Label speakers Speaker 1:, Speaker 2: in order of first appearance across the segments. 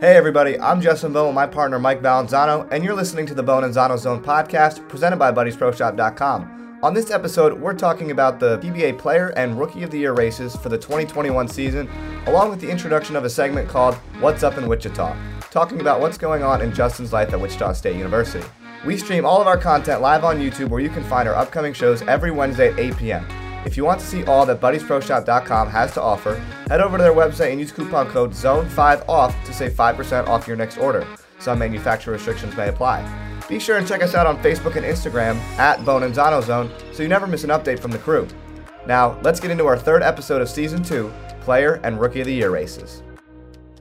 Speaker 1: Hey everybody, I'm Justin Bone with my partner Mike Valenzano, and you're listening to the Bone and Zano Zone podcast presented by BuddiesProShop.com. On this episode, we're talking about the PBA Player and Rookie of the Year races for the 2021 season, along with the introduction of a segment called What's Up in Wichita, talking about what's going on in Justin's life at Wichita State University. We stream all of our content live on YouTube where you can find our upcoming shows every Wednesday at 8 p.m. If you want to see all that BuddiesProShop.com has to offer, head over to their website and use coupon code ZONE5OFF to save 5% off your next order. Some manufacturer restrictions may apply. Be sure and check us out on Facebook and Instagram at Bone and Zano Zone so you never miss an update from the crew. Now, let's get into our third episode of Season 2 Player and Rookie of the Year Races.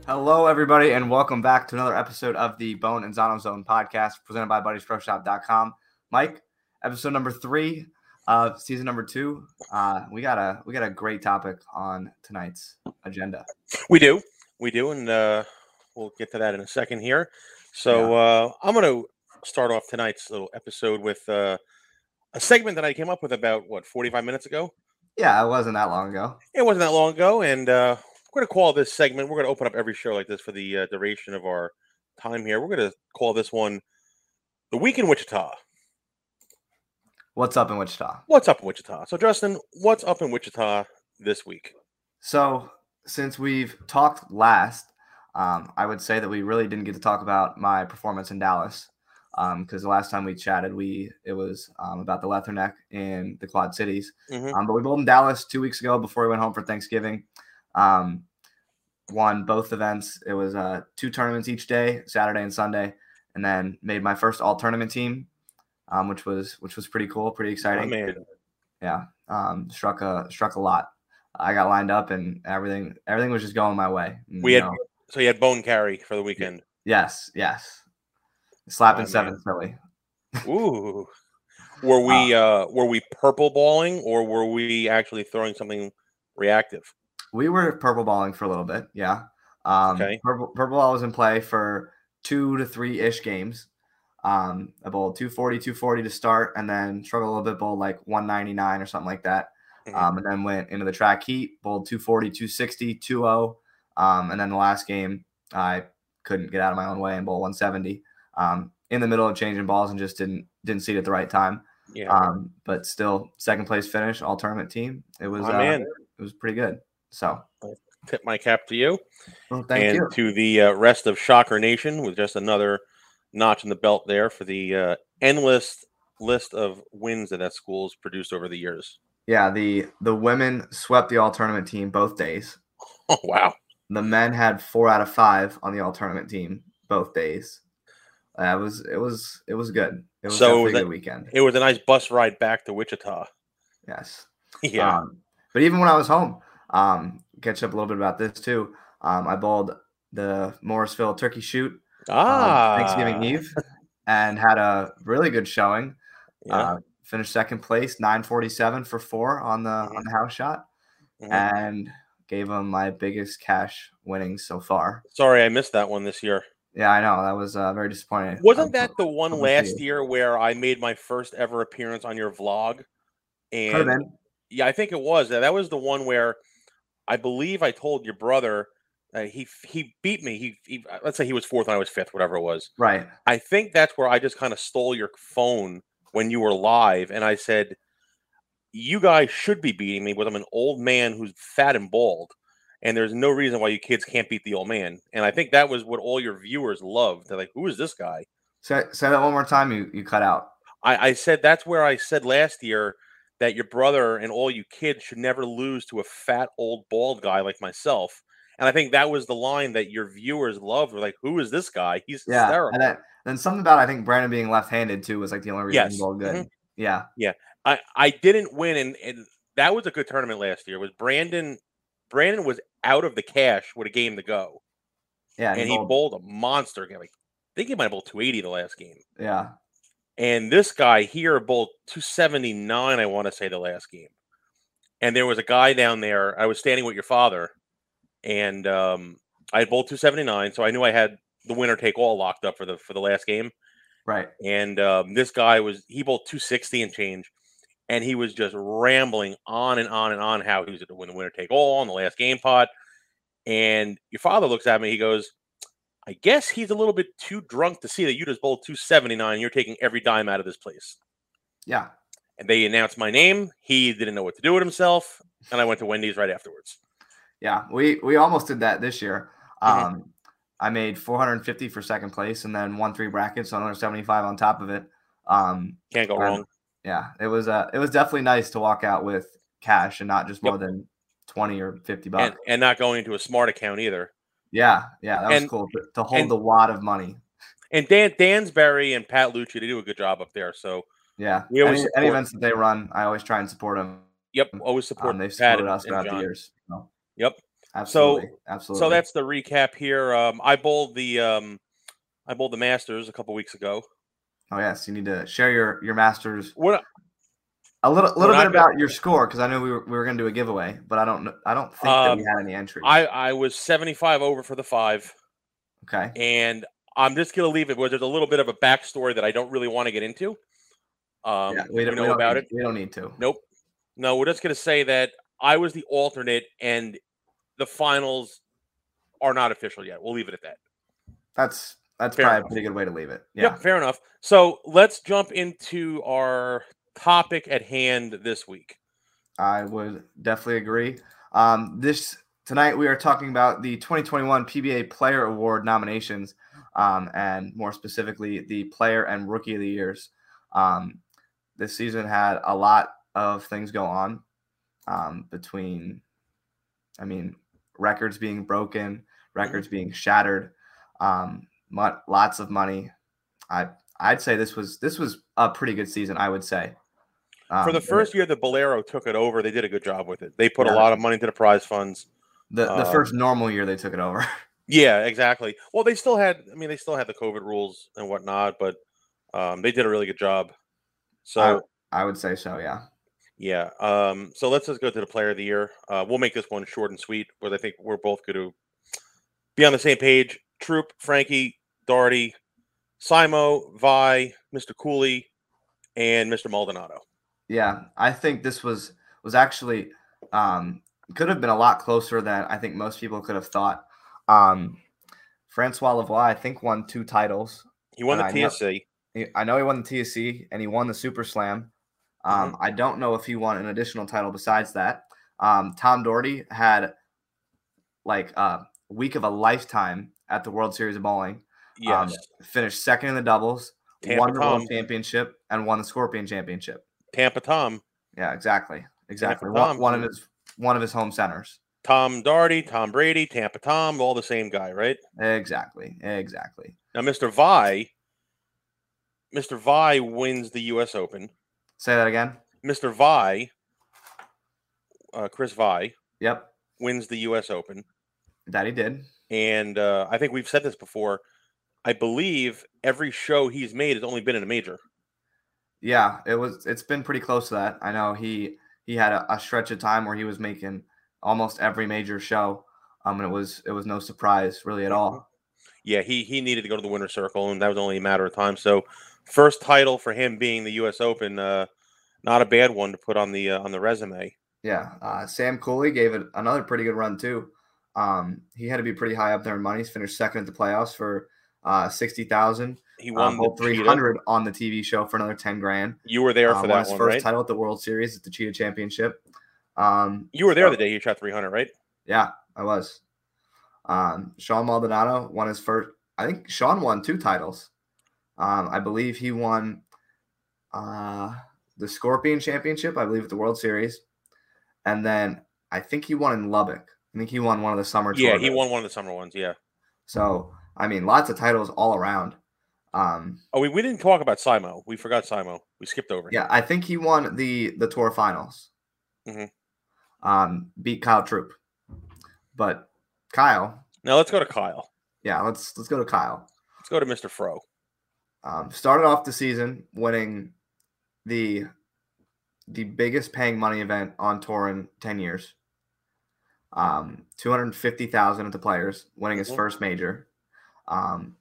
Speaker 1: Hello, everybody, and welcome back to another episode of the Bone and Zano Zone podcast presented by BuddiesProShop.com. Mike, episode number three of season number two. Uh, we got a we got a great topic on tonight's agenda.
Speaker 2: We do, we do, and uh, we'll get to that in a second here. So uh, I'm going to start off tonight's little episode with uh, a segment that I came up with about what 45 minutes ago.
Speaker 1: Yeah, it wasn't that long ago.
Speaker 2: It wasn't that long ago, and uh, we're going to call this segment. We're going to open up every show like this for the uh, duration of our time here. We're going to call this one the week in Wichita.
Speaker 1: What's up in Wichita?
Speaker 2: What's up in Wichita? So Justin, what's up in Wichita this week?
Speaker 1: So since we've talked last, um, I would say that we really didn't get to talk about my performance in Dallas because the last time we chatted, we it was um, about the Leatherneck in the Quad Cities.
Speaker 2: Mhm.
Speaker 1: Um, but we bowled in Dallas two weeks ago before we went home for Thanksgiving. Um, won both events. It was uh, two tournaments each day, Saturday and Sunday, and then made my first all tournament team, um, which was which was pretty cool, pretty
Speaker 2: My
Speaker 1: exciting.
Speaker 2: man,
Speaker 1: Yeah, um, struck a struck a lot. I got lined up and everything everything was just going my way. And,
Speaker 2: We
Speaker 1: you
Speaker 2: had-
Speaker 1: know,
Speaker 2: so you had bone carry for the weekend.
Speaker 1: yes, yes, slapping
Speaker 2: My
Speaker 1: seven Philly.
Speaker 2: Ooh. Were we uh were we purple balling or were we actually throwing something reactive?
Speaker 1: We were purple balling for a little bit, yeah. Um,
Speaker 2: Okay.
Speaker 1: purple, purple ball was in play for two to three ish games. Um, I bowled 240, 240 to start, and then struggled a little bit, bowled like 199 or something like that.
Speaker 2: Mhm.
Speaker 1: Um, and then went into the track heat, bowled 240, 260, 20. Um, and then the last game, I couldn't get out of my own way and bowled 170. Um, in the middle of changing balls and just didn't didn't see it at the right time.
Speaker 2: Yeah.
Speaker 1: Um, but still, second place finish, all tournament team. It was
Speaker 2: My
Speaker 1: uh,
Speaker 2: man.
Speaker 1: it was pretty good. So
Speaker 2: Tip my cap to you
Speaker 1: well, Oh, thank
Speaker 2: and
Speaker 1: you.
Speaker 2: to the uh, rest of Shocker Nation with just another notch in the belt there for the uh, endless list of wins that that school's produced over the years.
Speaker 1: Yeah, the the women swept the all tournament team both days.
Speaker 2: Oh wow.
Speaker 1: The men had four out of five on the all tournament team both days. That was it was it was good. It was
Speaker 2: So
Speaker 1: definitely a
Speaker 2: that-
Speaker 1: good weekend.
Speaker 2: It was a nice bus ride back to Wichita.
Speaker 1: Yes.
Speaker 2: Yeah.
Speaker 1: Um, but even when I was home, um, catch up a little bit about this too. Um, I bowled the Morrisville turkey shoot um,
Speaker 2: ah.
Speaker 1: Thanksgiving Eve and had a really good showing.
Speaker 2: Yeah.
Speaker 1: Uh, finished second place, 947 for four on the
Speaker 2: Mm-hmm.
Speaker 1: on the house shot.
Speaker 2: mhm.
Speaker 1: and gave him my biggest cash winnings so far.
Speaker 2: Sorry, I missed that one this year.
Speaker 1: Yeah, I know that was uh, very disappointing.
Speaker 2: Wasn't
Speaker 1: Um,
Speaker 2: that the one
Speaker 1: I'm with
Speaker 2: last
Speaker 1: you.
Speaker 2: year where I made my first ever appearance on your vlog?
Speaker 1: could have
Speaker 2: And
Speaker 1: been?
Speaker 2: yeah, I think it was. That that was the one where I believe I told your brother that he f- he beat me. He, he uh, let's say he was fourth and I was fifth, whatever it was.
Speaker 1: right?
Speaker 2: I think that's where I just kind of stole your phone when you were live, and I said, "You guys should be beating me, but I'm an old man who's fat and bald, and there's no reason why you kids can't beat the old man." And I think that was what all your viewers loved. They're like, "Who is this guy?"
Speaker 1: Say, say that one more time. You you cut out.
Speaker 2: I, I said that's where I said last year that your brother and all you kids should never lose to a fat old bald guy like myself. And I think that was the line that your viewers loved. Were like, "Who is this guy? He's
Speaker 1: Yeah,
Speaker 2: hysterical."
Speaker 1: and then, then something about I think Brandon being left-handed too was like the only reason
Speaker 2: Yes,
Speaker 1: he bowled good.
Speaker 2: mhm.
Speaker 1: Yeah,
Speaker 2: I, I didn't win, and, and that was a good tournament last year. Was Brandon? Brandon was out of the cash with a game to go,
Speaker 1: yeah,
Speaker 2: and he bowled a monster game. Like, I think he might have bowled 280 the last game.
Speaker 1: yeah,
Speaker 2: And this guy here bowled 279, I want to say, the last game. And there was a guy down there. I was standing with your father, and um, I had bowled 279, so I knew I had the winner take all locked up for the for the last game.
Speaker 1: right.
Speaker 2: And um, this guy was he bowled 260 and change, and he was just rambling on and on and on how he was going to win the winner take all in the last game pot. And your father looks at me, he goes, I guess he's a little bit too drunk to see that you just bowled 279. And you're taking every dime out of this place.
Speaker 1: Yeah.
Speaker 2: And they announced my name. He didn't know what to do with himself. And I went to Wendy's right afterwards.
Speaker 1: Yeah. We we almost did that this year. Um,
Speaker 2: Mm-hmm.
Speaker 1: I made 450 for second place and then won three brackets, so another 75 on top of it. Um,
Speaker 2: Can't go
Speaker 1: Um,
Speaker 2: wrong.
Speaker 1: yeah, it was uh, it was definitely nice to walk out with cash and not just more than 20 or 50 bucks.
Speaker 2: And, and not going into a smart account either.
Speaker 1: yeah, yeah, that was
Speaker 2: and-
Speaker 1: cool to, to hold
Speaker 2: and-
Speaker 1: the wad of money.
Speaker 2: And Dan Dansbury and Pat Lucci, they do a good job up there. So,
Speaker 1: Yeah,
Speaker 2: We
Speaker 1: any,
Speaker 2: always
Speaker 1: any
Speaker 2: support-
Speaker 1: events that they run, I always try and support them.
Speaker 2: yep, always support
Speaker 1: Um, they've
Speaker 2: Pat
Speaker 1: supported
Speaker 2: and,
Speaker 1: us
Speaker 2: and
Speaker 1: throughout the
Speaker 2: John.
Speaker 1: years. So,
Speaker 2: Yep.
Speaker 1: absolutely, absolutely.
Speaker 2: So that's the recap here. Um, I bowled the um, I bowled the Masters a couple weeks ago.
Speaker 1: oh yes, you need to share your your masters
Speaker 2: What
Speaker 1: a little little
Speaker 2: not
Speaker 1: bit
Speaker 2: gonna-
Speaker 1: about your score because I know we were, we were going to do a giveaway, but I don't know, I don't think that we
Speaker 2: Um,
Speaker 1: had any entries.
Speaker 2: I I was seventy five over for the five,
Speaker 1: okay,
Speaker 2: and I'm just gonna leave it where there's a little bit of a backstory that I don't really want to get into. Um,
Speaker 1: yeah,
Speaker 2: we
Speaker 1: don't-
Speaker 2: know
Speaker 1: don't
Speaker 2: about
Speaker 1: need-
Speaker 2: it.
Speaker 1: We don't need to.
Speaker 2: Nope. No, we're just gonna say that I was the alternate, and the finals are not official yet. We'll leave it at that.
Speaker 1: That's that's
Speaker 2: Fair
Speaker 1: probably
Speaker 2: enough.
Speaker 1: a pretty good way to leave it. Yeah.
Speaker 2: Yeah, fair enough. So let's jump into our topic at hand this week.
Speaker 1: I would definitely agree. Um, this tonight we are talking about the 2021 PBA Player Award nominations, um, and more specifically the Player and Rookie of the Years. Um, this season had a lot of things go on um, between, I mean, records being broken, records
Speaker 2: Mm-hmm.
Speaker 1: being shattered, um, mu- lots of money. I I'd say this was this was a pretty good season. I would say.
Speaker 2: for
Speaker 1: Um,
Speaker 2: the
Speaker 1: it-
Speaker 2: first year that Bolero took it over, they did a good job with it. They put
Speaker 1: Yeah.
Speaker 2: a lot of money into the prize funds.
Speaker 1: The, the
Speaker 2: Uh,
Speaker 1: first normal year they took it over.
Speaker 2: Yeah, exactly. Well, they still had, I mean, they still had the COVID rules and whatnot, but um, they did a really good job. So
Speaker 1: I would say so, yeah.
Speaker 2: yeah, um, so let's just go to the player of the year. Uh, we'll make this one short and sweet, but I think we're both going to be on the same page. Troop, Frankie, Doherty, Simo, Vi, Mr. Cooley, and Mr. Maldonado.
Speaker 1: Yeah. I think this was was actually um could have been a lot closer than I think most people could have thought. Um Francois Lavoie, I think, won two titles.
Speaker 2: He won
Speaker 1: And I
Speaker 2: the
Speaker 1: know-
Speaker 2: TSC.
Speaker 1: He- I know he won the TSC and he won the Super Slam. Um, I don't know if he won an additional title besides that. Um, Tom Doherty had like a week of a lifetime at the World Series of Bowling. Um,
Speaker 2: Yes.
Speaker 1: Finished second in the doubles, won
Speaker 2: Tampa
Speaker 1: the
Speaker 2: Tom.
Speaker 1: World Championship, and won the Scorpion Championship.
Speaker 2: Tampa Tom.
Speaker 1: Yeah, exactly. Exactly.
Speaker 2: Tom
Speaker 1: One, one of
Speaker 2: Brady.
Speaker 1: his one of his home centers.
Speaker 2: Tom Darty, Tom Brady, Tampa Tom, all the same guy, right?
Speaker 1: Exactly. Exactly.
Speaker 2: Now, Mr. Vi, Mr. Vi wins the U.S. Open.
Speaker 1: Say that again.
Speaker 2: Mr. Vi, uh, Chris Vi,
Speaker 1: Yep.
Speaker 2: wins the U.S. Open.
Speaker 1: That he did.
Speaker 2: And uh, I think we've said this before. I believe every show he's made has only been in a major.
Speaker 1: Yeah, it was it's been pretty close to that. I know he he had a, a stretch of time where he was making almost every major show. Um and it was it was no surprise really at
Speaker 2: Mm-hmm.
Speaker 1: all.
Speaker 2: Yeah, he he needed to go to the winner's circle, and that was only a matter of time. So, first title for him being the U.S. Open, uh, not a bad one to put on the uh, on the resume.
Speaker 1: Yeah. Uh Sam Cooley gave it another pretty good run too. Um he had to be pretty high up there in money. He's finished second at the playoffs for uh sixty thousand.
Speaker 2: He
Speaker 1: He
Speaker 2: won the
Speaker 1: Uh, three
Speaker 2: Cheetah.
Speaker 1: hundred on the TV show for another ten grand.
Speaker 2: You were there
Speaker 1: Um,
Speaker 2: for
Speaker 1: won
Speaker 2: that
Speaker 1: his
Speaker 2: one,
Speaker 1: first
Speaker 2: right?
Speaker 1: title at the World Series at the Cheetah Championship. Um,
Speaker 2: You were there
Speaker 1: So-
Speaker 2: the day he shot 300, right?
Speaker 1: yeah, I was. Um, Sean Maldonado won his first. I think Sean won two titles. Um, I believe he won uh, the Scorpion Championship. I believe at the World Series, and then I think he won in Lubbock. I think he won one of the summer.
Speaker 2: Yeah, he
Speaker 1: tournaments.
Speaker 2: won one of the summer ones. Yeah.
Speaker 1: So I mean, lots of titles all around. Um,
Speaker 2: Oh, we, we didn't talk about Simo. We forgot Simo. We skipped over. him.
Speaker 1: yeah, I think he won the the tour finals.
Speaker 2: Mhm.
Speaker 1: Um, beat Kyle Troop, but Kyle,
Speaker 2: Now let's go to Kyle.
Speaker 1: yeah, let's let's go to Kyle.
Speaker 2: Let's go to Mr. Fro.
Speaker 1: Um, started off the season winning the the biggest paying money event on tour in ten years. Um, two hundred fifty thousand at the Players, winning his
Speaker 2: Mhm.
Speaker 1: first major. Um,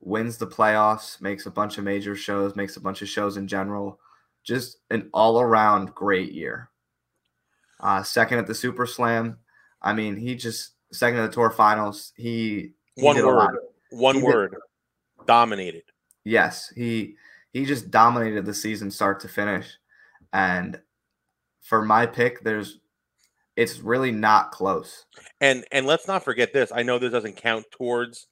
Speaker 1: wins the playoffs, makes a bunch of major shows, makes a bunch of shows in general. Just an all around great year. Uh, second at the Super Slam. I mean, he just second at the tour finals. He, he
Speaker 2: One
Speaker 1: did a lot.
Speaker 2: word. One
Speaker 1: He did-
Speaker 2: word, dominated.
Speaker 1: Yes, he he just dominated the season start to finish. And for my pick, there's it's really not close.
Speaker 2: And and let's not forget this. I know this doesn't count towards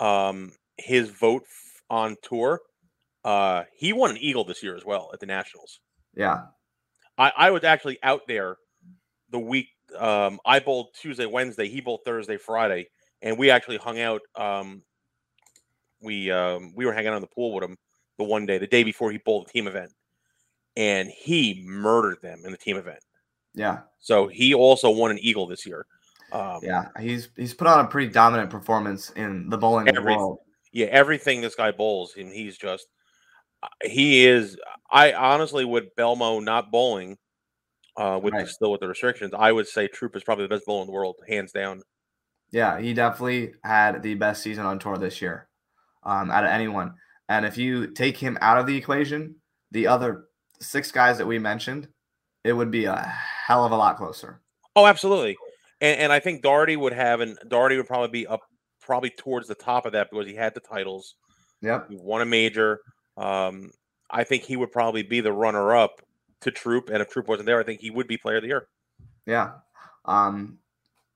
Speaker 2: um his vote f- on tour. Uh he won an Eagle this year as well at the Nationals.
Speaker 1: Yeah.
Speaker 2: I, I was actually out there the week um I bowled Tuesday, Wednesday, he bowled Thursday, Friday, and we actually hung out um we um we were hanging out in the pool with him the one day, the day before he bowled the team event. And he murdered them in the team event.
Speaker 1: Yeah.
Speaker 2: So he also won an Eagle this year. Um,
Speaker 1: Yeah. He's he's put on a pretty dominant performance in the bowling
Speaker 2: Everything.
Speaker 1: world.
Speaker 2: yeah, everything this guy bowls, and he's just uh, he is. I honestly, with Belmo not bowling, uh, with the,
Speaker 1: Right.
Speaker 2: still with the restrictions, I would say Troop is probably the best bowler in the world, hands down.
Speaker 1: Yeah, he definitely had the best season on tour this year, um, out of anyone. And if you take him out of the equation, the other six guys that we mentioned, it would be a hell of a lot closer.
Speaker 2: Oh, absolutely. And, and I think Doherty would have, and Doherty would probably be up, probably towards the top of that because he had the titles,
Speaker 1: Yep.
Speaker 2: he won a major. Um, I think he would probably be the runner up to Troop, and if Troop wasn't there, I think he would be Player of the Year.
Speaker 1: Yeah. Um,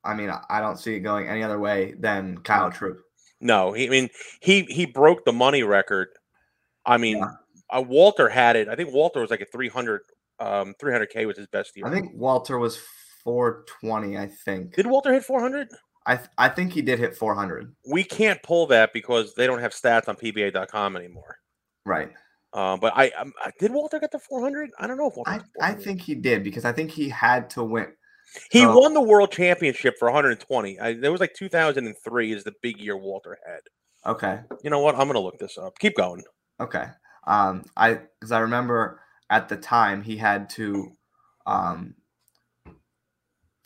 Speaker 1: I mean, I- I don't see it going any other way than Kyle Troop.
Speaker 2: No, he, I mean he he broke the money record. I mean,
Speaker 1: Yeah.
Speaker 2: uh, Walter had it. I think Walter was like a 300 um 300k was his best year.
Speaker 1: I think Walter was 420. I think.
Speaker 2: Did Walter hit 400?
Speaker 1: I th- I think he did hit 400.
Speaker 2: We can't pull that because they don't have stats on pba.com anymore.
Speaker 1: Right.
Speaker 2: Um, but I, um, I did Walter get to 400? I don't know if Walter
Speaker 1: I
Speaker 2: got to
Speaker 1: I
Speaker 2: 400.
Speaker 1: think he did because I think he had to win.
Speaker 2: he
Speaker 1: so-
Speaker 2: won the world championship for 120. I, there was like 2003 is the big year Walter had.
Speaker 1: Okay.
Speaker 2: You know what? I'm gonna look this up. Keep going.
Speaker 1: Okay. Um, I because I remember at the time he had to um,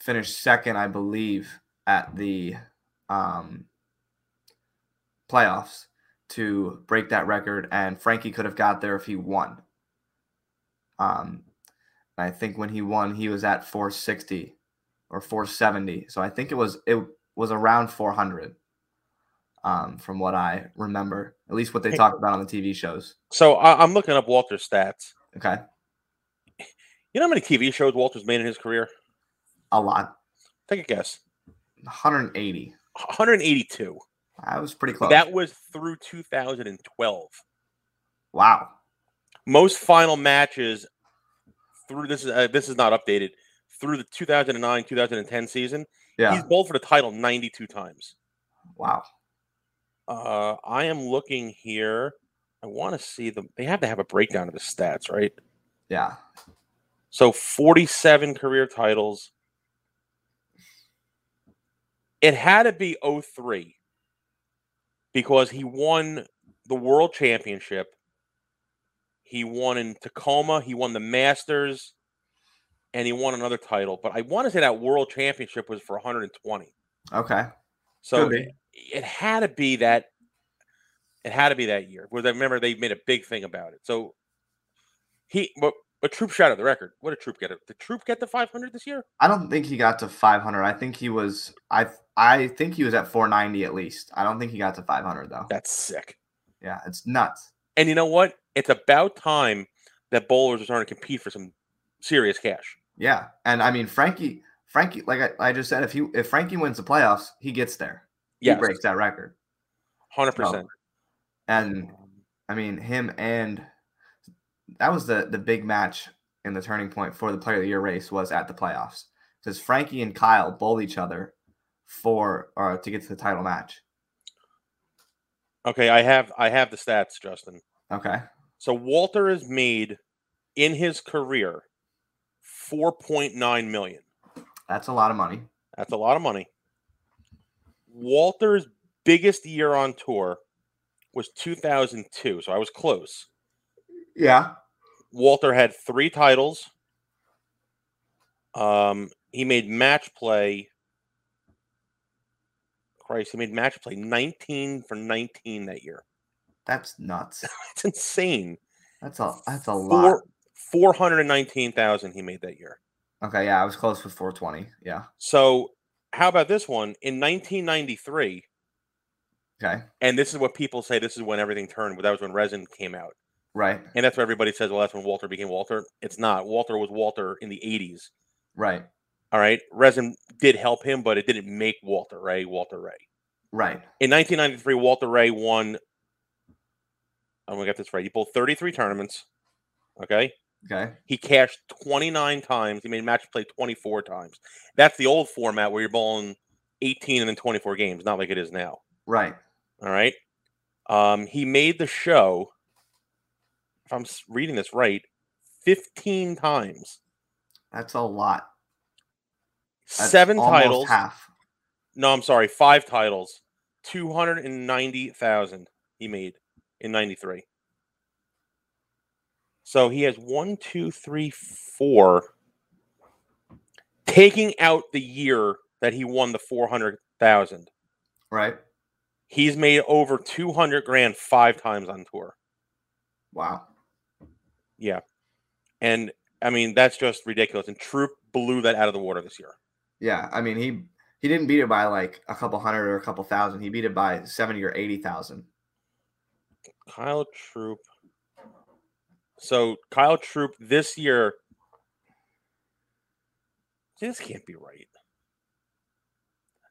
Speaker 1: finish second, I believe, at the um, playoffs to break that record, and Frankie could have got there if he won. Um, and I think when he won, he was at 460 or 470. So I think it was it was around 400. Um, from what I remember, at least what they
Speaker 2: Hey.
Speaker 1: talked about on the TV shows.
Speaker 2: So I, I'm looking up Walter's stats.
Speaker 1: Okay,
Speaker 2: You know how many TV shows Walter's made in his career?
Speaker 1: a lot,
Speaker 2: Take a guess.
Speaker 1: 180.
Speaker 2: 182.
Speaker 1: I was pretty close.
Speaker 2: That was through 2012.
Speaker 1: wow.
Speaker 2: Most final matches through this is uh, this is not updated through the 2009 2010 season.
Speaker 1: Yeah.
Speaker 2: He's bowled for the title 92 times.
Speaker 1: wow.
Speaker 2: Uh, I am looking here. I want to see them. They have to have a breakdown of the stats, right?
Speaker 1: Yeah.
Speaker 2: So 47 career titles. It had to be 03 because he won the world championship. He won in Tacoma, he won the Masters, and he won another title. But I want to say that world championship was for 120.
Speaker 1: Okay.
Speaker 2: So
Speaker 1: Could be.
Speaker 2: it, it had to be that it had to be that year. Because I remember they made a big thing about it. So he but a troop shot at the record. What did troop get? it? Did troop get the 500 this year?
Speaker 1: I don't think he got to 500. I think he was I I think he was at 490 at least. I don't think he got to 500 though.
Speaker 2: That's sick.
Speaker 1: Yeah, it's nuts.
Speaker 2: And you know what? It's about time that bowlers are starting to compete for some serious cash.
Speaker 1: Yeah. And I mean Frankie Frankie like I, I just said if he if Frankie wins the playoffs, he gets there.
Speaker 2: Yes,
Speaker 1: He breaks that record.
Speaker 2: 100%.
Speaker 1: And I mean him and that was the the big match in the turning point for the player of the year race was at the playoffs because Frankie and Kyle bowled each other for or to get to the title match.
Speaker 2: Okay, I have I have the stats, Justin.
Speaker 1: Okay.
Speaker 2: So Walter has made in his career 4.9 million.
Speaker 1: That's a lot of money.
Speaker 2: That's a lot of money. Walter's biggest year on tour was 2002, so I was close.
Speaker 1: Yeah.
Speaker 2: Walter had three titles. Um, he made match play. Christ, he made match play 19 for 19 that year.
Speaker 1: That's nuts.
Speaker 2: It's insane.
Speaker 1: That's a that's a lot.
Speaker 2: Four, 419,000 he made that year.
Speaker 1: Okay, yeah, I was close with 420. Yeah.
Speaker 2: So, how about this one? In 1993,
Speaker 1: Okay.
Speaker 2: And this is what people say. This is when everything turned. That was when Resin came out,
Speaker 1: Right.
Speaker 2: and that's what everybody says. Well, that's when Walter became Walter. It's not. Walter was Walter in the '80s.
Speaker 1: Right.
Speaker 2: All right. Resin did help him, but it didn't make Walter Ray Walter Ray.
Speaker 1: Right.
Speaker 2: In 1993, Walter Ray won. I'm gonna get this right. He pulled 33 tournaments. Okay.
Speaker 1: Okay.
Speaker 2: He cashed 29 times. He made match play 24 times. That's the old format where you're bowling 18 and then 24 games, not like it is now.
Speaker 1: Right.
Speaker 2: All right. Um, he made the show, if I'm s- reading this right, 15 times,
Speaker 1: That's a lot. That's
Speaker 2: seven
Speaker 1: almost
Speaker 2: titles.
Speaker 1: Half.
Speaker 2: No, I'm sorry, five titles, 290,000 he made in 93. So he has one, two, three, four. Taking out the year that he won the 400,000,
Speaker 1: Right.
Speaker 2: he's made over 200 grand five times on tour.
Speaker 1: Wow.
Speaker 2: Yeah. And I mean, that's just ridiculous. And Troop blew that out of the water this year.
Speaker 1: Yeah. I mean, he he didn't beat it by like a couple hundred or a couple thousand. He beat it by seventy or eighty thousand.
Speaker 2: Kyle Troop. So Kyle Troop this year. This can't be right.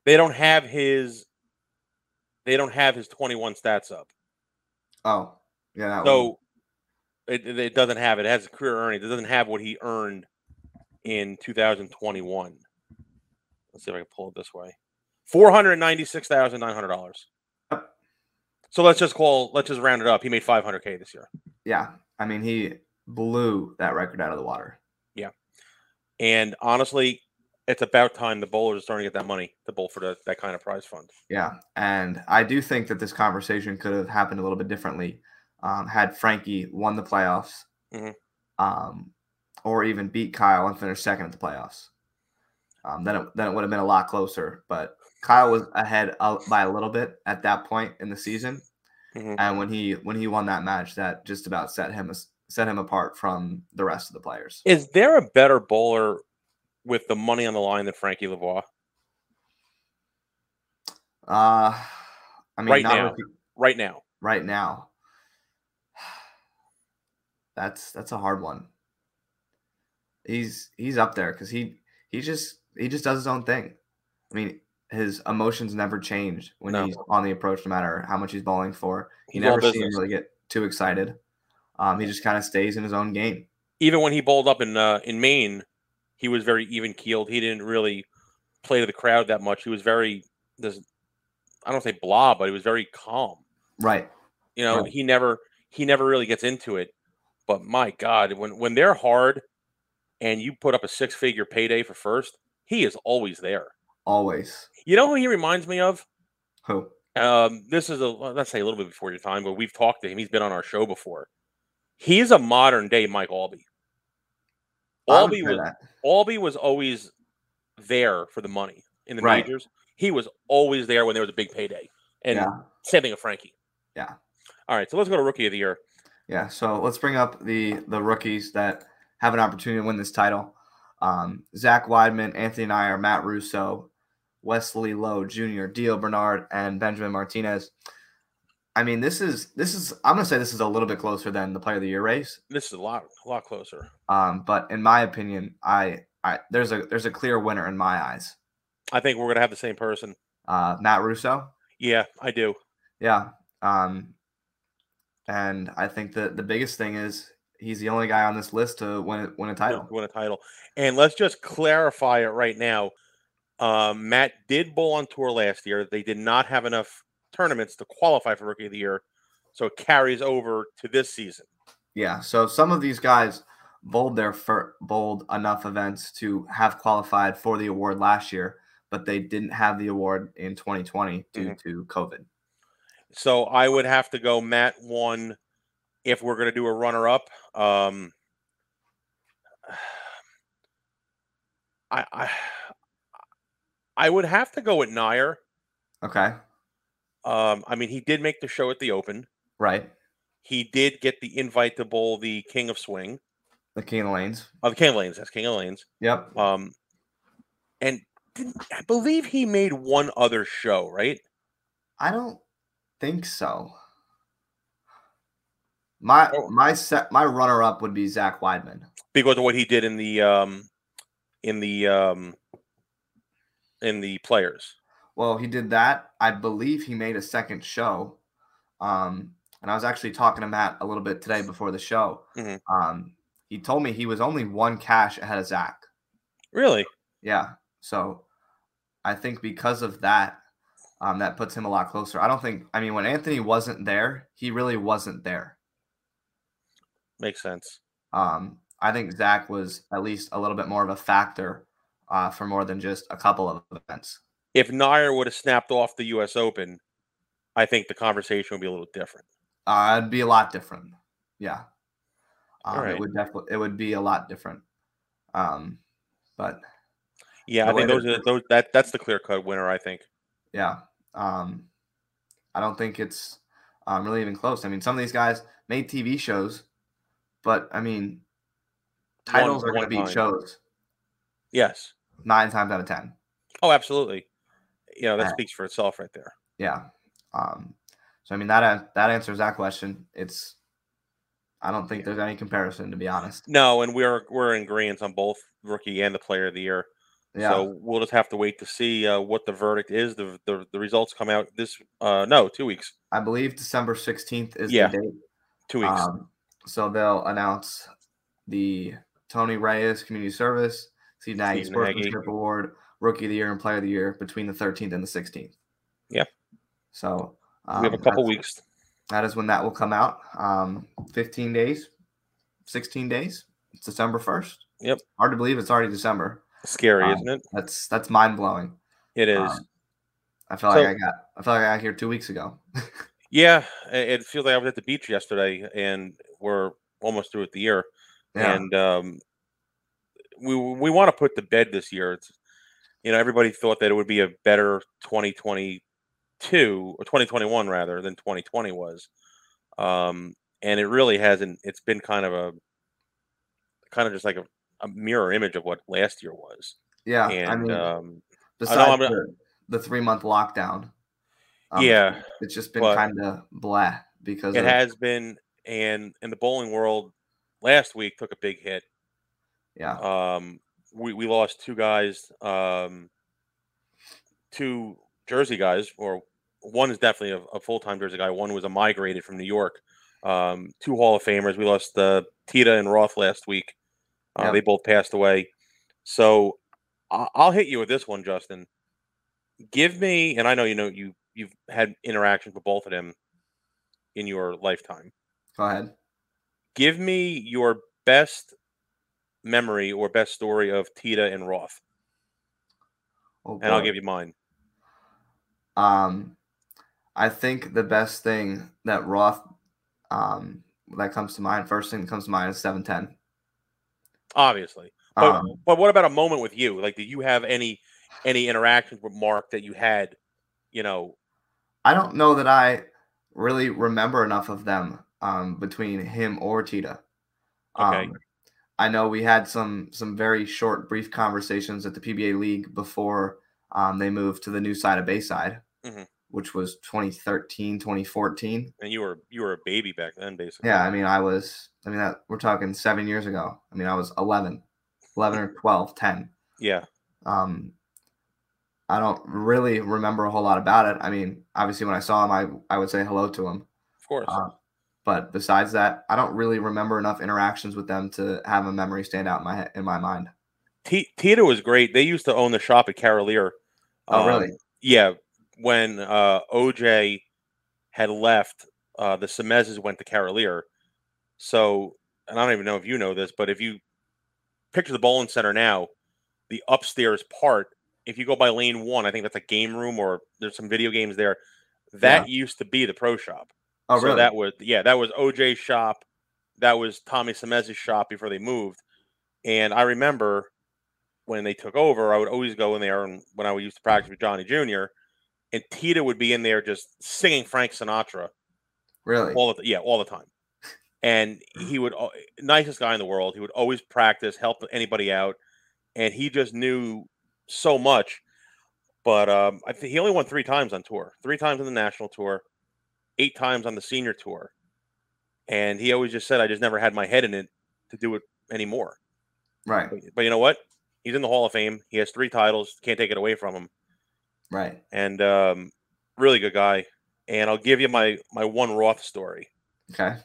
Speaker 2: They don't have his. They don't have his 21 stats up.
Speaker 1: Oh, yeah. That one.
Speaker 2: So it, it it doesn't have it. has a career earnings. It doesn't have what he earned in 2021. Let's see if I can pull it this way. Four hundred ninety-six thousand nine hundred dollars.
Speaker 1: Yep.
Speaker 2: So let's just call. Let's just round it up. He made 500k this year,
Speaker 1: yeah. I mean, he blew that record out of the water.
Speaker 2: and honestly, it's about time the bowlers are starting to get that money to bowl for the, that kind of prize fund.
Speaker 1: Yeah, and I do think that this conversation could have happened a little bit differently um, had Frankie won the playoffs,
Speaker 2: Mhm.
Speaker 1: um, or even beat Kyle and finished second at the playoffs. Um, then it then it would have been a lot closer. But Kyle was ahead uh, by a little bit at that point in the season,
Speaker 2: Mhm.
Speaker 1: and when he when he won that match, that just about set him as- set him apart from the rest of the players.
Speaker 2: Is there a better bowler with the money on the line than Frankie Lavoie?
Speaker 1: Uh, I mean,
Speaker 2: Right
Speaker 1: not
Speaker 2: now.
Speaker 1: Ricky-
Speaker 2: right now?
Speaker 1: right now? That's that's a hard one. He's he's up there because he he just he just does his own thing. I mean, his emotions never change when
Speaker 2: No.
Speaker 1: he's on the approach, no matter how much he's bowling for. He
Speaker 2: He's all
Speaker 1: never seems
Speaker 2: business.
Speaker 1: to really get too excited. Um, he just kind of stays in his own game.
Speaker 2: even when he bowled up in uh, in Maine, he was very even keeled. He didn't really play to the crowd that much. He was very this I don't say blah, but he was very calm.
Speaker 1: Right.
Speaker 2: You know,
Speaker 1: Right.
Speaker 2: he never he never really gets into it. But my God, when when they're hard and you put up a six figure payday for first, he is always there.
Speaker 1: Always.
Speaker 2: You know who he reminds me of?
Speaker 1: Who?
Speaker 2: Um, this is a well, let's say a little bit before your time, but we've talked to him. He's been on our show before. He's a modern day Mike Albee.
Speaker 1: I would
Speaker 2: Albee
Speaker 1: say
Speaker 2: was
Speaker 1: that.
Speaker 2: Albie was always there for the money in the
Speaker 1: Right.
Speaker 2: majors. He was always there when there was a big payday. And
Speaker 1: Yeah.
Speaker 2: same thing with Frankie.
Speaker 1: Yeah.
Speaker 2: All right. So let's go to rookie of the year.
Speaker 1: Yeah, so let's bring up the the rookies that have an opportunity to win this title. Um, Zach Weidman, Anthony Nyer, Matt Russo, Wesley Lowe Jr., Dio Bernard, and Benjamin Martinez. I mean, this is this is I'm gonna say this is a little bit closer than the Player of the Year race,
Speaker 2: This is a lot, a lot closer.
Speaker 1: um, but in my opinion, I, I there's a there's a clear winner in my eyes.
Speaker 2: I think we're gonna have the same person.
Speaker 1: Uh, Matt Russo,
Speaker 2: Yeah, I do.
Speaker 1: Yeah. Um, and I think that the biggest thing is he's the only guy on this list to win win a
Speaker 2: to
Speaker 1: title.
Speaker 2: Win a title. And let's just clarify it right now. Um, Matt did bowl on tour last year. They did not have enough tournaments to qualify for rookie of the year, so it carries over to this season.
Speaker 1: Yeah. So some of these guys bowled their fir- bowled enough events to have qualified for the award last year, but they didn't have the award in 2020 due to COVID.
Speaker 2: So I would have to go Matt one if we're going to do a runner up. Um, I, I I would have to go with Nyer.
Speaker 1: Okay.
Speaker 2: Um, I mean, he did make the show at the Open.
Speaker 1: Right.
Speaker 2: He did get the invite to bowl the King of Swing
Speaker 1: The King of the Lanes.
Speaker 2: of the King of Lanes. That's King of Lanes.
Speaker 1: Yep.
Speaker 2: Um, and didn't, I believe he made one other show, right?
Speaker 1: I don't think so. My
Speaker 2: Oh.
Speaker 1: my set my runner up would be Zach Weidman.
Speaker 2: because of what he did in the um in the um in the players.
Speaker 1: Well, he did that. I believe he made a second show. Um, and I was actually talking to Matt a little bit today before the show.
Speaker 2: Mhm.
Speaker 1: Um, he told me he was only one cash ahead of Zach.
Speaker 2: Really?
Speaker 1: Yeah. So I think because of that, um, that puts him a lot closer. I don't think, I mean, when Anthony wasn't there, he really wasn't there.
Speaker 2: Makes sense.
Speaker 1: Um, I think Zach was at least a little bit more of a factor uh, for more than just a couple of events.
Speaker 2: If Nair would have snapped off the US Open, I think the conversation would be a little different.
Speaker 1: Uh, it'd be a lot different. Yeah. Um, It
Speaker 2: Alright.
Speaker 1: would definitely it would be a lot different. Um, but
Speaker 2: Yeah,
Speaker 1: The
Speaker 2: I think
Speaker 1: way
Speaker 2: those
Speaker 1: that-
Speaker 2: are those that that's the clear cut winner, I think.
Speaker 1: yeah, um, I don't think it's um, really even close. I mean, some of these guys made TV shows, but I mean, titles are going
Speaker 2: one
Speaker 1: to be
Speaker 2: time.
Speaker 1: shows
Speaker 2: Yes.
Speaker 1: nine times out of ten.
Speaker 2: Oh, absolutely. You know, that
Speaker 1: Uh,
Speaker 2: speaks for itself right there.
Speaker 1: Yeah. Um, so I mean that an- that answers that question. It's I don't think there's any comparison to be honest.
Speaker 2: No, and we're we're in agreement on both rookie and the player of the year.
Speaker 1: Yeah.
Speaker 2: So we'll just have to wait to see uh, what the verdict is. The, the the results come out this uh no, 2 weeks.
Speaker 1: I believe December 16th is
Speaker 2: Yeah.
Speaker 1: the date.
Speaker 2: 2 weeks.
Speaker 1: Um, so they'll announce the Tony Reyes Community Service, Steve Nagy
Speaker 2: Steve
Speaker 1: Sportsmanship
Speaker 2: Nagy.
Speaker 1: Award, Rookie of the Year, and Player of the Year between the 13th and the 16th.
Speaker 2: Yep.
Speaker 1: So um,
Speaker 2: we have a couple
Speaker 1: that's-
Speaker 2: weeks.
Speaker 1: That is when that will come out. Um, 15 days, 16 days. It's December 1st.
Speaker 2: Yep.
Speaker 1: Hard to believe it's already December.
Speaker 2: Scary,
Speaker 1: um,
Speaker 2: isn't it?
Speaker 1: That's that's mind blowing.
Speaker 2: It is.
Speaker 1: um, I feel
Speaker 2: So-
Speaker 1: like I got I feel like I got here two weeks ago.
Speaker 2: yeah, i- it feels like I was at the beach yesterday, and we're almost through with the year.
Speaker 1: Yeah.
Speaker 2: And um, we we want to put to bed this year. It's you know everybody thought that it would be a better 2022 or 2021 rather than 2020 was, um, and it really hasn't. It's been kind of a kind of just like a, a mirror image of what last year was.
Speaker 1: yeah.
Speaker 2: and
Speaker 1: I mean,
Speaker 2: um,
Speaker 1: besides
Speaker 2: I'm-
Speaker 1: the, three month lockdown. um,
Speaker 2: Yeah,
Speaker 1: it's just been
Speaker 2: but-
Speaker 1: kind of blah because
Speaker 2: it
Speaker 1: of-
Speaker 2: has been, and in the bowling world, last week took a big hit.
Speaker 1: yeah,
Speaker 2: Um, we, we lost two guys, um, two Jersey guys, or one is definitely a, a full time Jersey guy. One was a migrated from New York. Um, two Hall of Famers. We lost uh, Tita and Roth last week. Uh,
Speaker 1: Yep.
Speaker 2: They both passed away. So I- I'll hit you with this one, Justin. Give me, and I know you know you you've had interactions with both of them in your lifetime
Speaker 1: go ahead.
Speaker 2: give me your best memory or best story of Tita and Roth,
Speaker 1: Oh,
Speaker 2: and I'll
Speaker 1: boy.
Speaker 2: give you mine.
Speaker 1: Um, I think the best thing that Roth, um, that comes to mind. First thing that comes to mind is seven ten.
Speaker 2: Obviously, but
Speaker 1: Um,
Speaker 2: but what about a moment with you? Like, did you have any any interactions with Mark that you had? You know,
Speaker 1: I don't know that I really remember enough of them um, between him or Tita. Um,
Speaker 2: Okay.
Speaker 1: I know we had some some very short, brief conversations at the PBA League before um, they moved to the new side of Bayside,
Speaker 2: Mhm.
Speaker 1: which was 2013, 2014.
Speaker 2: and you were you were a baby back then, basically.
Speaker 1: Yeah, I mean, I was, I mean, that, we're talking seven years ago. I mean, I was 11, 11 or 12, 10.
Speaker 2: yeah.
Speaker 1: Um, I don't really remember a whole lot about it. I mean, obviously, when I saw him, I, I would say hello to him.
Speaker 2: Of course.
Speaker 1: Uh, But besides that, I don't really remember enough interactions with them to have a memory stand out in my in my mind.
Speaker 2: T- Tita was great. They used to own the shop at Carolier.
Speaker 1: Oh, really?
Speaker 2: Um, Yeah. When uh, OJ had left, uh, the Semezes went to Carolier. So, and I don't even know if you know this, but if you picture the bowling center now, the upstairs part, if you go by lane one, I think that's a game room or there's some video games there. That used to be the pro shop.
Speaker 1: Oh,
Speaker 2: so
Speaker 1: really?
Speaker 2: that was yeah, that was OJ's shop. That was Tommy Semez's shop before they moved. And I remember when they took over, I would always go in there and when I would used to practice with Johnny Jr. and Tita would be in there just singing Frank Sinatra
Speaker 1: really?
Speaker 2: all the yeah, all the time. And he would al- nicest guy in the world. He would always practice, help anybody out, and he just knew so much. But um, I think he only won three times on tour, three times on the national tour, eight times on the senior tour. And he always just said, I just never had my head in it to do it anymore.
Speaker 1: Right.
Speaker 2: But, but you know what? He's in the Hall of Fame. He has three titles. Can't take it away from him.
Speaker 1: Right.
Speaker 2: And um, really good guy. And I'll give you my my one Roth story.
Speaker 1: Okay.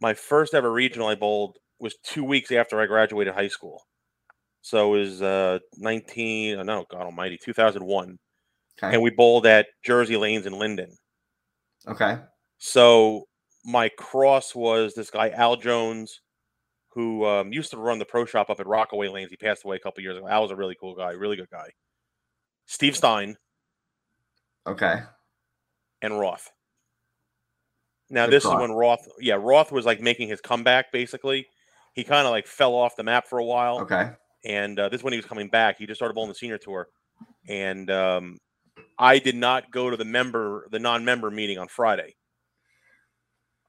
Speaker 2: My first ever regional I bowled was two weeks after I graduated high school. So it was uh, 19, oh no, God almighty, 2001.
Speaker 1: Okay.
Speaker 2: And we bowled at Jersey Lanes in Linden.
Speaker 1: Okay.
Speaker 2: So my cross was this guy Al Jones, who um, used to run the pro shop up at Rockaway Lanes. He passed away a couple years ago. Al was a really cool guy, really good guy. Steve Stein
Speaker 1: Okay.
Speaker 2: and Roth. Now
Speaker 1: Good
Speaker 2: this
Speaker 1: thought.
Speaker 2: is when Roth, yeah, Roth was like making his comeback. Basically, he kind of like fell off the map for a while,
Speaker 1: Okay.
Speaker 2: and uh, this is when he was coming back. He just started bowling the senior tour, and um, I did not go to the member, the non-member meeting on Friday.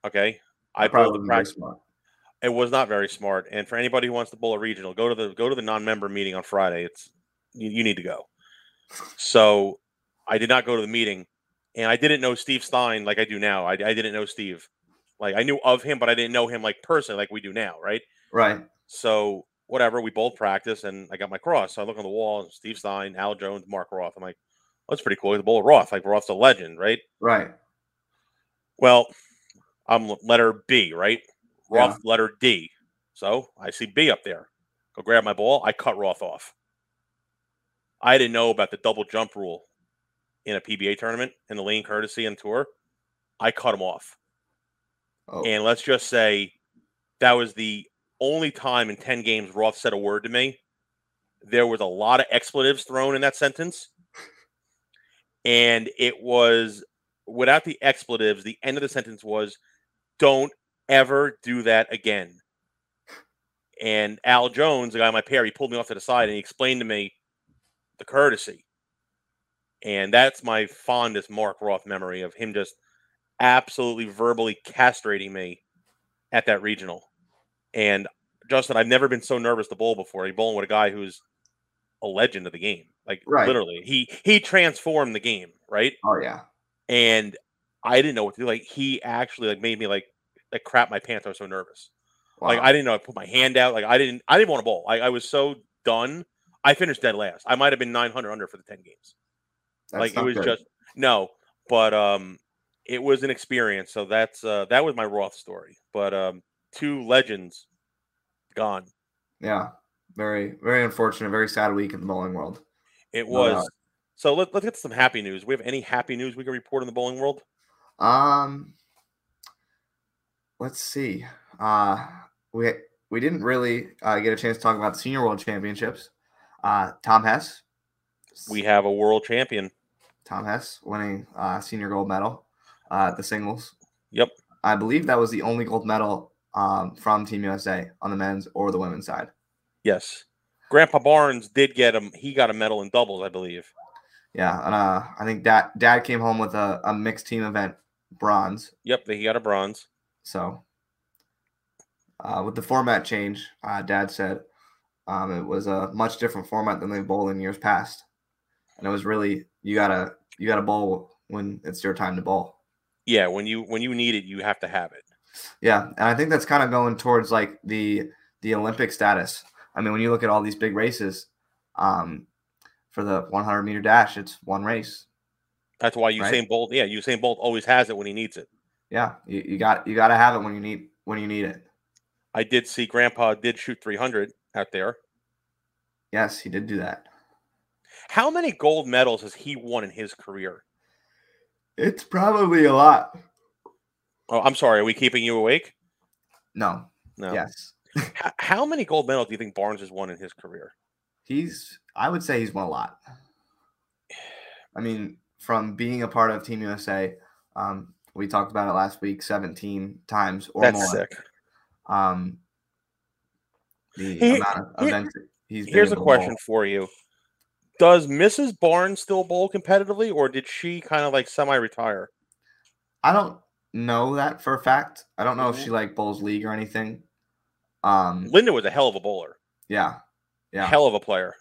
Speaker 2: Okay, I, bowled the
Speaker 1: wouldn't be
Speaker 2: practice.
Speaker 1: smart.
Speaker 2: It was not very smart. And for anybody who wants to bowl a regional, go to the go to the non-member meeting on Friday. It's you, you need to go. So I did not go to the meeting, and I didn't know Steve Stein like I do now. I, I didn't know Steve, like I knew of him, but I didn't know him like personally like we do now, right?
Speaker 1: Right.
Speaker 2: So whatever, we both practice, and I got my cross. So I look on the wall, and Steve Stein, Al Jones, Mark Roth. I'm like, oh, that's pretty cool. He's a bowl of Roth. Like Roth's a legend, right?
Speaker 1: Right.
Speaker 2: Well, I'm l- letter B, right?
Speaker 1: Yeah.
Speaker 2: Roth letter D. So I see B up there. Go grab my ball. I cut Roth off. I didn't know about the double jump rule in a PBA tournament in the lane courtesy and tour. I cut him off.
Speaker 1: Oh.
Speaker 2: And let's just say that was the only time in 10 games Roth said a word to me. There was a lot of expletives thrown in that sentence. And it was without the expletives, the end of the sentence was, don't ever do that again. And Al Jones, the guy in my pair, he pulled me off to the side and he explained to me the courtesy. And that's my fondest Mark Roth memory of him just absolutely verbally castrating me at that regional. And Justin, I've never been so nervous to bowl before. You're bowling with a guy who's a legend of the game. Like
Speaker 1: Right.
Speaker 2: literally. He he transformed the game, right?
Speaker 1: oh yeah.
Speaker 2: and I didn't know what to do. Like he actually like made me like like crap my pants. I was so nervous. Like
Speaker 1: Wow.
Speaker 2: I didn't know. I put my hand out. Like I didn't. I didn't want to bowl. I, I was so done. I finished dead last. I might have been 900 under for the 10 games.
Speaker 1: That's
Speaker 2: like it
Speaker 1: not
Speaker 2: was
Speaker 1: good.
Speaker 2: just no. But um, it was an experience. So that's uh that was my Roth story. But um, two legends gone.
Speaker 1: yeah. Very very unfortunate. Very sad week in the bowling world.
Speaker 2: It
Speaker 1: No doubt.
Speaker 2: was. So let, let's get some happy news. We have any happy news we can report in the bowling world?
Speaker 1: Um, let's see. Uh, we we didn't really uh, get a chance to talk about the senior world championships. Uh, Tom Hess.
Speaker 2: We have a world champion.
Speaker 1: Tom Hess winning uh, senior gold medal uh, at the singles.
Speaker 2: Yep.
Speaker 1: I believe that was the only gold medal um, from Team USA on the men's or the women's side.
Speaker 2: Yes. Grandpa Barnes did get him. He got a medal in doubles, I believe.
Speaker 1: Yeah, and uh, I think dad dad came home with a, a mixed team event bronze.
Speaker 2: Yep, he got a bronze.
Speaker 1: So uh, with the format change, uh, dad said um, it was a much different format than they bowled in years past, and it was really you gotta you gotta bowl when it's your time to bowl.
Speaker 2: Yeah, when you when you need it, you have to have it.
Speaker 1: Yeah, and I think that's kind of going towards like the the Olympic status. I mean, when you look at all these big races, um, for the 100 meter dash, it's one race.
Speaker 2: That's why Usain
Speaker 1: Right.
Speaker 2: Bolt. Yeah, Usain Bolt always has it when he needs it.
Speaker 1: Yeah, you, you got you got to have it when you need when you need it.
Speaker 2: I did see Grandpa did shoot 300 out there.
Speaker 1: Yes, he did do that.
Speaker 2: How many gold medals has he won in his career?
Speaker 1: It's probably a lot.
Speaker 2: Oh, I'm sorry. Are we keeping you awake?
Speaker 1: No.
Speaker 2: No.
Speaker 1: Yes.
Speaker 2: H- how many gold medals do you think Barnes has won in his career?
Speaker 1: He's I would say he's won a lot. I mean, from being a part of Team USA, um, we talked about it last week, 17 times or
Speaker 2: That's
Speaker 1: more.
Speaker 2: sick.
Speaker 1: Um, the
Speaker 2: Here-
Speaker 1: amount of
Speaker 2: here-
Speaker 1: events that he's been
Speaker 2: Here's a
Speaker 1: able to bowl.
Speaker 2: question for you. Does Mrs. Barnes still bowl competitively, or did she kind of like semi-retire?
Speaker 1: I don't know that for a fact. I don't know if
Speaker 2: Mhm.
Speaker 1: she like bowls league or anything. Um,
Speaker 2: Linda was a hell of a bowler,
Speaker 1: yeah, yeah.
Speaker 2: hell of a player.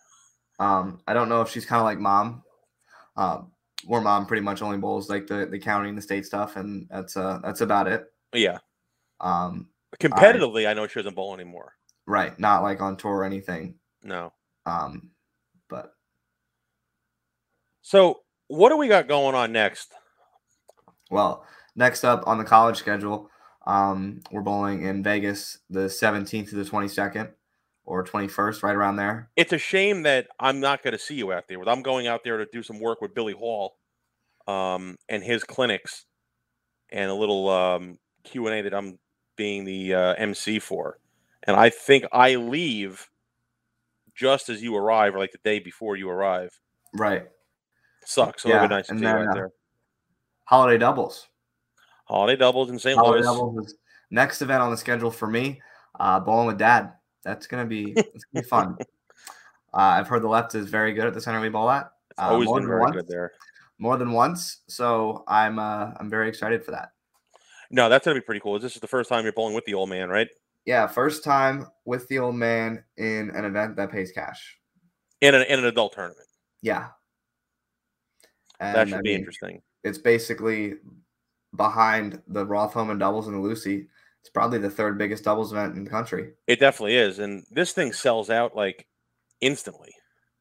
Speaker 1: Um, I don't know if she's kind of like mom, um, War Mom pretty much only bowls like the the county and the state stuff, and that's uh that's about it.
Speaker 2: Yeah.
Speaker 1: Um,
Speaker 2: Competitively, I know she doesn't bowl anymore.
Speaker 1: right, not like on tour or anything.
Speaker 2: No.
Speaker 1: Um, but
Speaker 2: So what do we got going on next?
Speaker 1: well, next up on the college schedule, um, we're bowling in Vegas the 17th to the 22nd or 21st, right around there.
Speaker 2: It's a shame that I'm not going to see you out there. I'm going out there to do some work with Billy Hall, um, and his clinics, and a little um, Q and A that I'm being the uh, MC for. And I think I leave just as you arrive, or like the day before you arrive.
Speaker 1: Right,
Speaker 2: Sucks. So it'll be
Speaker 1: Yeah,
Speaker 2: nice to
Speaker 1: and
Speaker 2: see you
Speaker 1: then,
Speaker 2: out
Speaker 1: uh,
Speaker 2: there.
Speaker 1: holiday doubles.
Speaker 2: Holiday doubles in St.
Speaker 1: Holiday
Speaker 2: Louis.
Speaker 1: doubles is next event on the schedule for me. Uh, bowling with dad. That's gonna be it's gonna be fun. Uh, I've heard the left is very good at the center we bowl at.
Speaker 2: It's
Speaker 1: uh,
Speaker 2: always
Speaker 1: more
Speaker 2: been
Speaker 1: than
Speaker 2: very
Speaker 1: once.
Speaker 2: good there.
Speaker 1: more than once. So I'm uh, I'm very excited for that.
Speaker 2: No, that's gonna be pretty cool. This is the first time you're bowling with the old man, right?
Speaker 1: Yeah, first time with the old man in an event that pays cash.
Speaker 2: In an in an adult tournament.
Speaker 1: Yeah, and
Speaker 2: that should
Speaker 1: I
Speaker 2: be
Speaker 1: mean,
Speaker 2: interesting.
Speaker 1: It's basically behind the Rothholm and doubles and the Lucy. It's probably the third biggest doubles event in the country.
Speaker 2: It definitely is, and this thing sells out like instantly.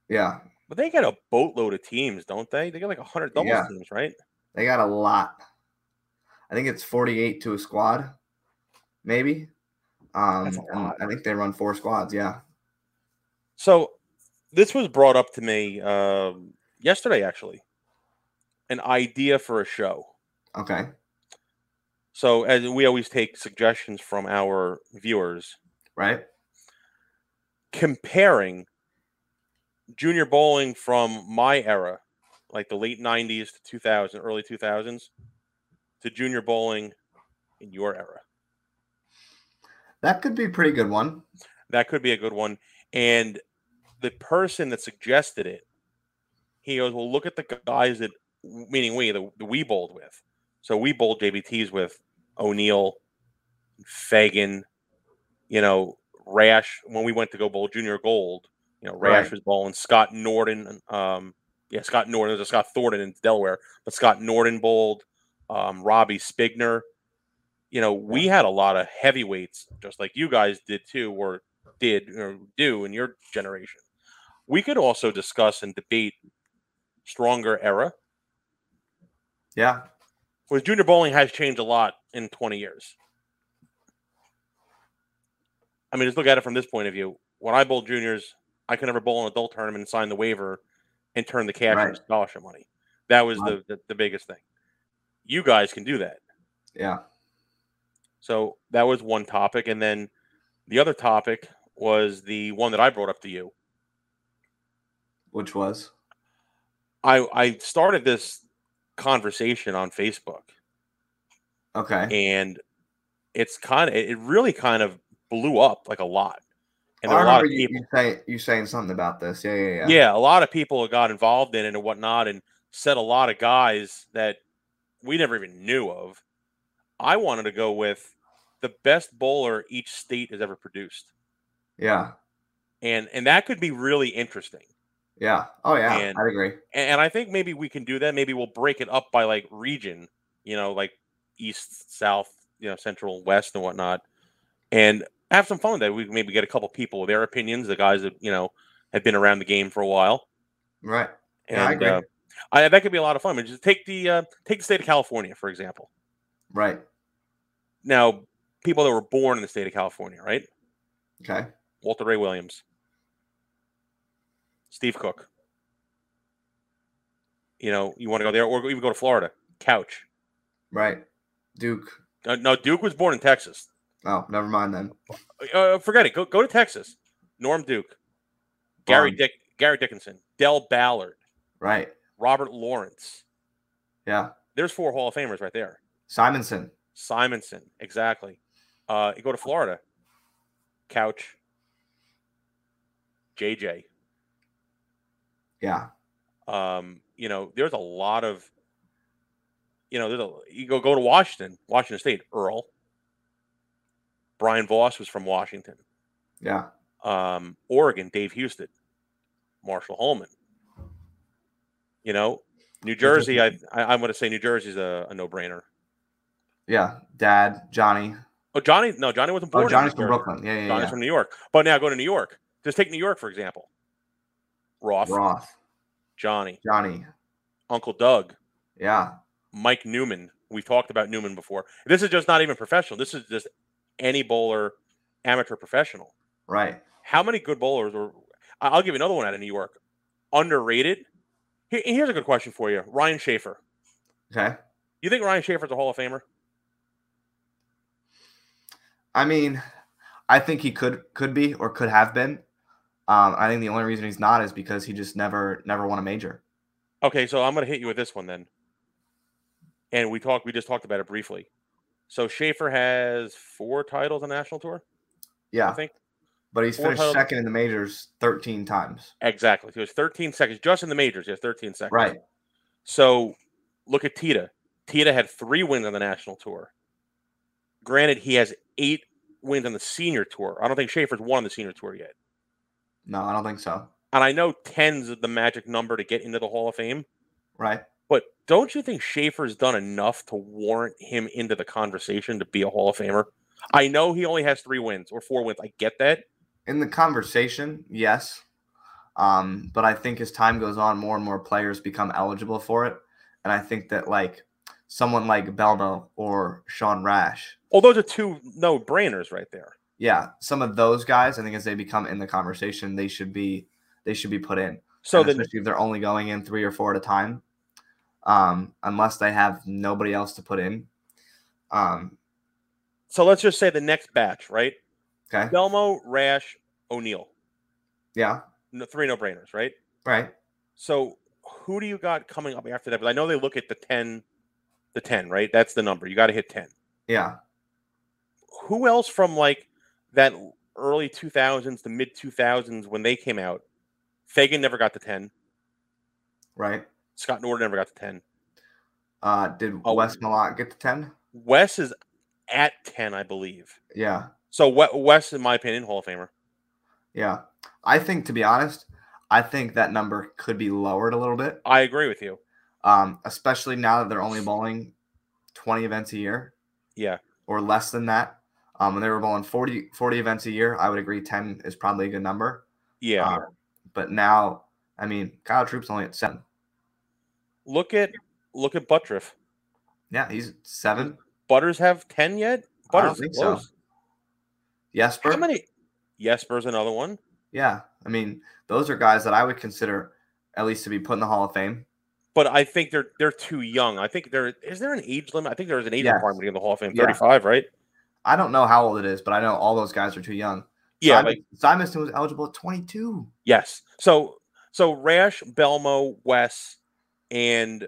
Speaker 1: Yeah,
Speaker 2: But they got a boatload of teams, don't they? They got like hundred doubles
Speaker 1: Yeah.
Speaker 2: teams, right?
Speaker 1: they got a lot. I think it's 48 to a squad, maybe. Um,
Speaker 2: That's a
Speaker 1: and
Speaker 2: lot.
Speaker 1: I think they run four squads. Yeah.
Speaker 2: So this was brought up to me um, yesterday, actually, an idea for a show.
Speaker 1: Okay.
Speaker 2: So as we always take suggestions from our viewers,
Speaker 1: Right.
Speaker 2: comparing junior bowling from my era, like the late 90s to 2000, early 2000s, to junior bowling in your era.
Speaker 1: That could be a pretty good one.
Speaker 2: That could be a good one. And the person that suggested it, he goes, Well, look at the guys that, meaning we, the, the we bowled with. So we bowled JBTs with O'Neill, Fagan, you know, Rash. When we went to go bowl junior gold, you know, Rash
Speaker 1: Right.
Speaker 2: was bowling, Scott Norton, um, yeah, Scott Norton, there's a Scott Thornton in Delaware, but Scott Norton bowled, um, Robbie Spigner. You know, we had a lot of heavyweights, just like you guys did too, or did or do in your generation. We could also discuss and debate stronger era
Speaker 1: Yeah.
Speaker 2: because junior bowling has changed a lot in 20 years. I mean, just look at it from this point of view. When I bowled juniors, I could never bowl an adult tournament and sign the waiver and turn the cash
Speaker 1: Right.
Speaker 2: into scholarship money. That was
Speaker 1: Right.
Speaker 2: the, the, the biggest thing. You guys can do that.
Speaker 1: Yeah.
Speaker 2: So that was one topic. And then the other topic was the one that I brought up to you.
Speaker 1: Which was.
Speaker 2: I, I started this conversation on Facebook
Speaker 1: Okay.
Speaker 2: and it's kind of, it it really kind of blew up like a lot. And there
Speaker 1: Oh, I
Speaker 2: were a lot
Speaker 1: remember
Speaker 2: of
Speaker 1: you,
Speaker 2: people.
Speaker 1: you, say, you saying something about this. Yeah, yeah, yeah.
Speaker 2: yeah, a lot of people got involved in it and whatnot, and said a lot of guys that we never even knew of. I wanted to go with the best bowler each state has ever produced,
Speaker 1: Yeah.
Speaker 2: and and that could be really interesting.
Speaker 1: Yeah. Oh, yeah.
Speaker 2: And-
Speaker 1: I'd agree.
Speaker 2: And, and I think maybe we can do that. Maybe we'll break it up by like region, you know, like east, south, you know, central, west, and whatnot, and have some fun with that. We can maybe get a couple people with their opinions, the guys that you know have been around the game for a while.
Speaker 1: Right.
Speaker 2: And
Speaker 1: Yeah, I agree.
Speaker 2: Uh, I, that could be a lot of fun. But just take the uh, take the state of California for example.
Speaker 1: Right.
Speaker 2: Now, people that were born in the state of California, right?
Speaker 1: Okay.
Speaker 2: Walter Ray Williams, Steve Cook. You know, you want to go there, or even go to Florida. Couch.
Speaker 1: Right. Duke.
Speaker 2: Uh, no, Duke was born in Texas.
Speaker 1: Oh, never mind then.
Speaker 2: Uh, forget it. Go go to Texas. Norm Duke, Gary
Speaker 1: Bum.
Speaker 2: Dick, Gary Dickinson, Dell Ballard,
Speaker 1: Right.
Speaker 2: Robert Lawrence.
Speaker 1: Yeah.
Speaker 2: There's four Hall of Famers right there.
Speaker 1: Simonson.
Speaker 2: Simonson, exactly. Uh, you go to Florida. Couch. JJ.
Speaker 1: Yeah.
Speaker 2: Um, you know, there's a lot of, you know, there's a you go go to Washington, Washington State, Earl. Brian Voss was from Washington.
Speaker 1: Yeah.
Speaker 2: Um, Oregon, Dave Houston, Marshall Holman. You know, New Jersey, I, I am going to say New Jersey's a, a no brainer.
Speaker 1: Yeah, Dad, Johnny.
Speaker 2: Oh, Johnny, no, Johnny wasn't born.
Speaker 1: Oh,
Speaker 2: in
Speaker 1: Johnny's
Speaker 2: New
Speaker 1: from
Speaker 2: Jersey.
Speaker 1: Brooklyn. Yeah, yeah,
Speaker 2: Johnny's
Speaker 1: yeah.
Speaker 2: from New York. But now go to New York. Just take New York for example. Roth,
Speaker 1: Roth,
Speaker 2: Johnny,
Speaker 1: Johnny.
Speaker 2: Uncle Doug,
Speaker 1: Yeah,
Speaker 2: Mike Newman. We've talked about Newman before. This is just not even professional. This is just any bowler, amateur professional.
Speaker 1: right.
Speaker 2: How many good bowlers were? I- I'll give you another one out of New York. Underrated. Here- here's a good question for you, Ryan Schaefer.
Speaker 1: Okay.
Speaker 2: You think Ryan Schaefer's a Hall of Famer?
Speaker 1: I mean, I think he could could be or could have been. Um, I think the only reason he's not is because he just never never won a major.
Speaker 2: Okay, so I'm going to hit you with this one then. And we talked. We just talked about it briefly. So Schaefer has four titles on national tour. I
Speaker 1: Yeah,
Speaker 2: think
Speaker 1: but he's
Speaker 2: Four
Speaker 1: finished
Speaker 2: titles.
Speaker 1: second in the majors thirteen times.
Speaker 2: exactly. He was 13 seconds just in the majors. He has 13 seconds.
Speaker 1: Right.
Speaker 2: So look at Tita. Tita had three wins on the national tour. Granted, he has eight wins on the senior tour. I don't think Schaefer's won on the senior tour yet.
Speaker 1: No, I don't think so.
Speaker 2: And I know 10's the magic number to get into the Hall of Fame,
Speaker 1: Right.
Speaker 2: but don't you think Schaefer's done enough to warrant him into the conversation to be a Hall of Famer? I know he only has three wins or four wins. I get that.
Speaker 1: in the conversation, yes. Um, but I think as time goes on, more and more players become eligible for it. And I think that like someone like Belmo or Sean Rash,
Speaker 2: Well, Oh, those are two no brainers right there.
Speaker 1: yeah, some of those guys, I think as they become in the conversation, they should be they should be put in.
Speaker 2: So
Speaker 1: And
Speaker 2: then
Speaker 1: especially if they're only going in three or four at a time, um, unless they have nobody else to put in. Um,
Speaker 2: So let's just say the next batch, right?
Speaker 1: okay,
Speaker 2: Belmo, Rash, O'Neill.
Speaker 1: yeah,
Speaker 2: No, three no brainers, right?
Speaker 1: right,
Speaker 2: So who do you got coming up after that? Because I know they look at the 10, the 10, right? That's the number. You got to hit 10.
Speaker 1: yeah.
Speaker 2: Who else from like that early 2000s to mid 2000s when they came out? Fagan never got the 10.
Speaker 1: Right.
Speaker 2: Scott Norton never got the 10.
Speaker 1: Uh, did
Speaker 2: Oh.
Speaker 1: Wes Malott get to ten?
Speaker 2: Wes is at 10, I believe.
Speaker 1: Yeah.
Speaker 2: So We- Wes, in my opinion, Hall of Famer.
Speaker 1: Yeah. I think to be honest, I think that number could be lowered a little bit.
Speaker 2: I agree with you.
Speaker 1: Um, especially now that they're only bowling 20 events a year
Speaker 2: Yeah.
Speaker 1: or less than that. Um, when they were bowling 40 40 events a year, I would agree 10 is probably a good number.
Speaker 2: Yeah.
Speaker 1: Um, but now, I mean, Kyle Troop's only at seven.
Speaker 2: look at look at Buttriff.
Speaker 1: Yeah, he's at seven.
Speaker 2: Butters have 10 yet?
Speaker 1: I don't
Speaker 2: Butters
Speaker 1: think so.
Speaker 2: close.
Speaker 1: Jesper.
Speaker 2: How many? Jesper's another one.
Speaker 1: Yeah. I mean, those are guys that I would consider at least to be put in the Hall of Fame.
Speaker 2: But I think they're they're too young. I think there is there an age limit. I think there is an age
Speaker 1: Yes.
Speaker 2: requirement in the Hall of Fame.
Speaker 1: Yeah.
Speaker 2: Thirty five, right?
Speaker 1: I don't know how old it is, but I know all those guys are too young.
Speaker 2: Yeah.
Speaker 1: Simon-
Speaker 2: Like
Speaker 1: Simonson was eligible at 22.
Speaker 2: yes. So so Rash, Belmo, Wes, and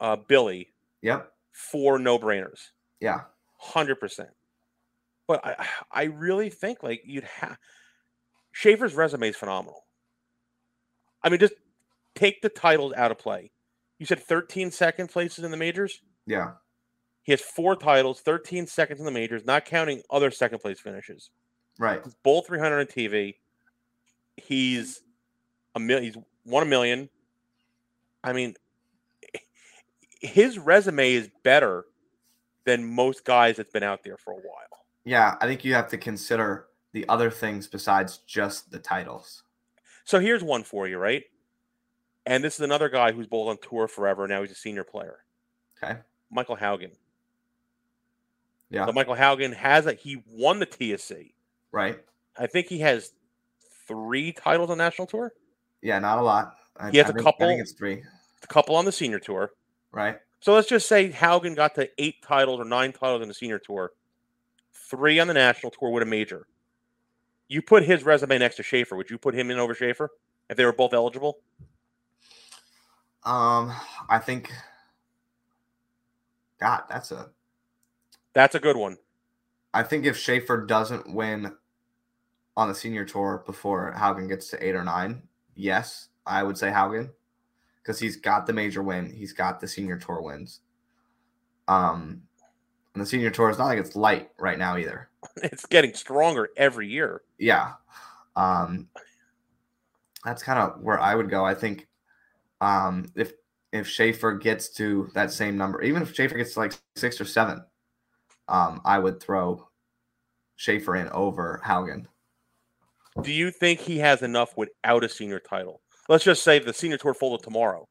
Speaker 2: uh, Billy
Speaker 1: Yep.
Speaker 2: four no brainers,
Speaker 1: Yeah.
Speaker 2: hundred percent. But I I really think like you'd have Schaefer's resume is phenomenal. I mean, just take the titles out of play. You said thirteen second places in the majors.
Speaker 1: Yeah.
Speaker 2: He has four titles, 13 seconds in the majors, not counting other second place finishes.
Speaker 1: Right.
Speaker 2: He's bowl 300 on TV. He's a mil- He's won a million. I mean, his resume is better than most guys that's been out there for a while.
Speaker 1: Yeah. I think you have to consider the other things besides just the titles.
Speaker 2: So here's one for you, right? And this is another guy who's bowled on tour forever. Now he's a senior player.
Speaker 1: Okay.
Speaker 2: Michael Haugen.
Speaker 1: Yeah.
Speaker 2: So Michael Haugen has a he won the TSC.
Speaker 1: Right.
Speaker 2: I think he has three titles on national tour,
Speaker 1: Yeah. Not a lot. I,
Speaker 2: He has
Speaker 1: I
Speaker 2: a
Speaker 1: think- I
Speaker 2: couple-
Speaker 1: think it's three.
Speaker 2: a couple on the senior tour.
Speaker 1: Right.
Speaker 2: So let's just say Haugen got to eight titles or nine titles on the senior tour, three on the national tour with a major. You put his resume next to Schaefer. Would you put him in over Schaefer if they were both eligible?
Speaker 1: Um, I think. God, that's a.
Speaker 2: That's a good one.
Speaker 1: I think if Schaefer doesn't win on the senior tour before Haugen gets to eight or nine, yes, I would say Haugen because he's got the major win. He's got the senior tour wins. Um, and the senior tour is not like it's light right now either.
Speaker 2: It's getting stronger every year.
Speaker 1: Yeah. Um, that's kind of where I would go. I think um, if if Schaefer gets to that same number, even if Schaefer gets to like six or seven, um, I would throw Schaefer in over Haugen.
Speaker 2: Do you think he has enough without a senior title? Let's just say the senior tour folded tomorrow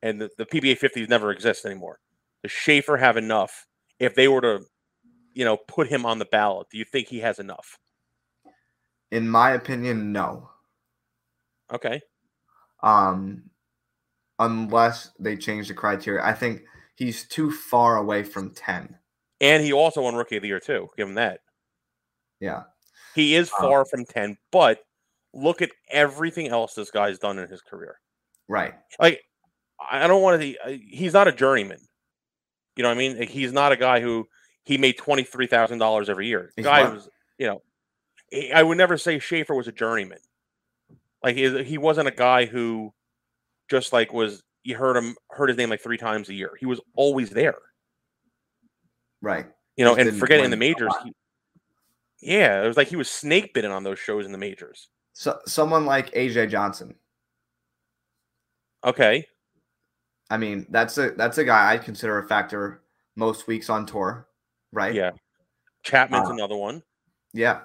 Speaker 2: and the, the PBA 50s never exists anymore. Does Schaefer have enough if they were to, you know, put him on the ballot? Do you think he has enough?
Speaker 1: In my opinion, no.
Speaker 2: Okay.
Speaker 1: Um, unless they change the criteria. I think he's too far away from 10.
Speaker 2: And he also won Rookie of the Year, too. Give him that.
Speaker 1: Yeah.
Speaker 2: He is far um, from 10, but look at everything else this guy's done in his career.
Speaker 1: Right.
Speaker 2: Like, I don't want to. He's not a journeyman. You know what I mean? Like, he's not a guy who he made twenty three thousand dollars every year. The guy was, you know, I would never say Schaefer was a journeyman. Like he wasn't a guy who just like was you heard him heard his name like three times a year. He was always there.
Speaker 1: Right.
Speaker 2: You know, just and forget in the majors. He, yeah, it was like he was snake bitten on those shows in the majors.
Speaker 1: So someone like AJ Johnson.
Speaker 2: Okay.
Speaker 1: I mean, that's a that's a guy I'd consider a factor most weeks on tour, right?
Speaker 2: Yeah. Chapman's uh, another one.
Speaker 1: Yeah.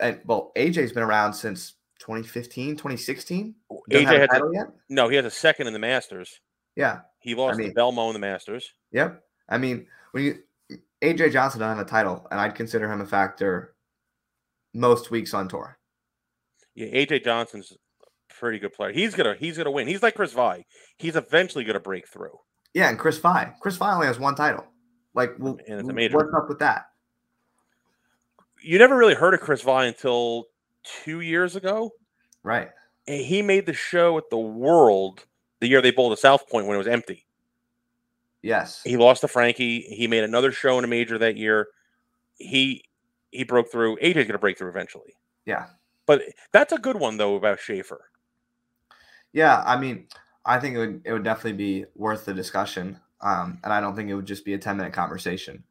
Speaker 1: And well, AJ's been around since 2015, 2016.
Speaker 2: Don't AJ has a, yet? No, he has a second in the Masters.
Speaker 1: Yeah.
Speaker 2: He lost I mean, to Belmo in the Masters.
Speaker 1: Yep. I mean, when you AJ Johnson doesn't have a title, and I'd consider him a factor most weeks on tour.
Speaker 2: Yeah, AJ Johnson's pretty good player. He's gonna he's gonna win. He's like Chris Vi. He's eventually gonna break through.
Speaker 1: Yeah, and Chris Vi. Chris Vi only has one title. Like, well, and it's a major. what's up with that?
Speaker 2: You never really heard of Chris Vi until two years ago,
Speaker 1: right?
Speaker 2: And he made the show at the World the year they bowled at South Point when it was empty.
Speaker 1: Yes,
Speaker 2: he lost to Frankie. He made another show in a major that year. He he broke through. AJ's gonna break through eventually.
Speaker 1: Yeah,
Speaker 2: but that's a good one though about Schaefer.
Speaker 1: Yeah, I mean, I think it would it would definitely be worth the discussion. Um, and I don't think it would just be a ten minute conversation.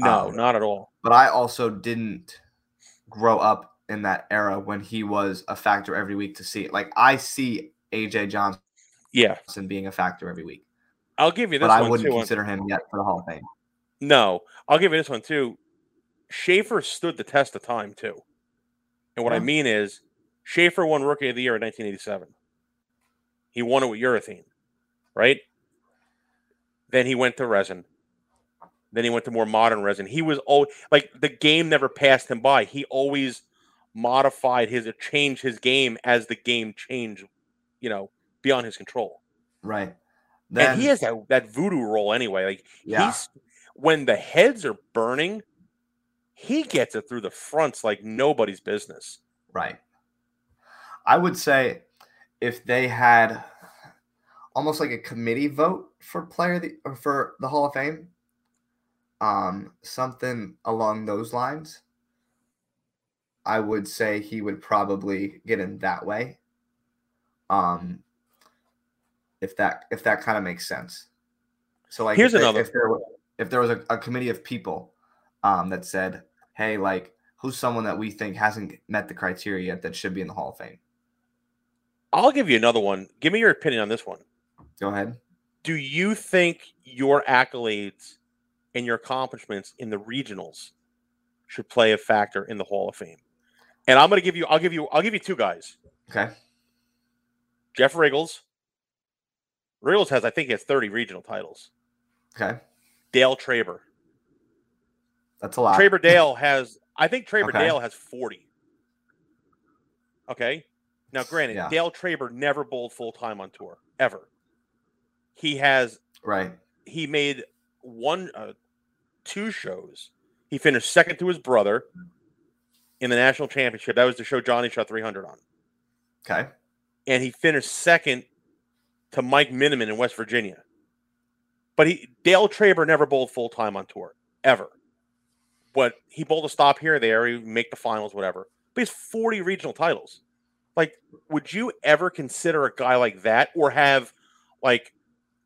Speaker 1: Oh,
Speaker 2: No, um, not at all.
Speaker 1: But I also didn't grow up in that era when he was a factor every week to see it. Like I see AJ Johnson,
Speaker 2: yeah,
Speaker 1: being a factor every week.
Speaker 2: I'll give you this.
Speaker 1: But I wouldn't
Speaker 2: too,
Speaker 1: consider on... him yet for the Hall of Fame.
Speaker 2: No, I'll give you this one too. Schaefer stood the test of time too, and what yeah. I mean is Schaefer won Rookie of the Year in 1987. He won it with urethane, right? Then he went to resin. Then he went to more modern resin. He was all like the game never passed him by. He always modified his, changed his game as the game changed, you know, beyond his control.
Speaker 1: Right.
Speaker 2: Then, and he has that, that voodoo roll anyway. Like yeah. he's when the heads are burning, he gets it through the fronts like nobody's business.
Speaker 1: Right. I would say if they had almost like a committee vote for player the, or for the Hall of Fame, um, something along those lines. I would say he would probably get in that way. Um, if that if that kind of makes sense. So like
Speaker 2: here's
Speaker 1: if they,
Speaker 2: another
Speaker 1: if there was, if there was a, a committee of people um, that said, hey, like who's someone that we think hasn't met the criteria yet that should be in the Hall of Fame.
Speaker 2: I'll give you another one. Give me your opinion on this one.
Speaker 1: Go ahead.
Speaker 2: Do you think your accolades and your accomplishments in the regionals should play a factor in the Hall of Fame? And I'm going to give you, I'll give you, I'll give you two guys.
Speaker 1: Okay.
Speaker 2: Jeff Riggles. Riggles has, I think, he has 30 regional titles.
Speaker 1: Okay.
Speaker 2: Dale Traber.
Speaker 1: That's a lot.
Speaker 2: Traber Dale has, I think Traber okay. Dale has 40. Okay. Now, granted, yeah. Dale Traber never bowled full time on tour ever. He has
Speaker 1: right.
Speaker 2: He made one, uh, two shows. He finished second to his brother in the national championship. That was the show Johnny shot 300 on.
Speaker 1: Okay.
Speaker 2: And he finished second to Mike Miniman in West Virginia. But he Dale Traber never bowled full time on tour ever. But he bowled a stop here, there, he make the finals, whatever. But he's 40 regional titles like would you ever consider a guy like that or have like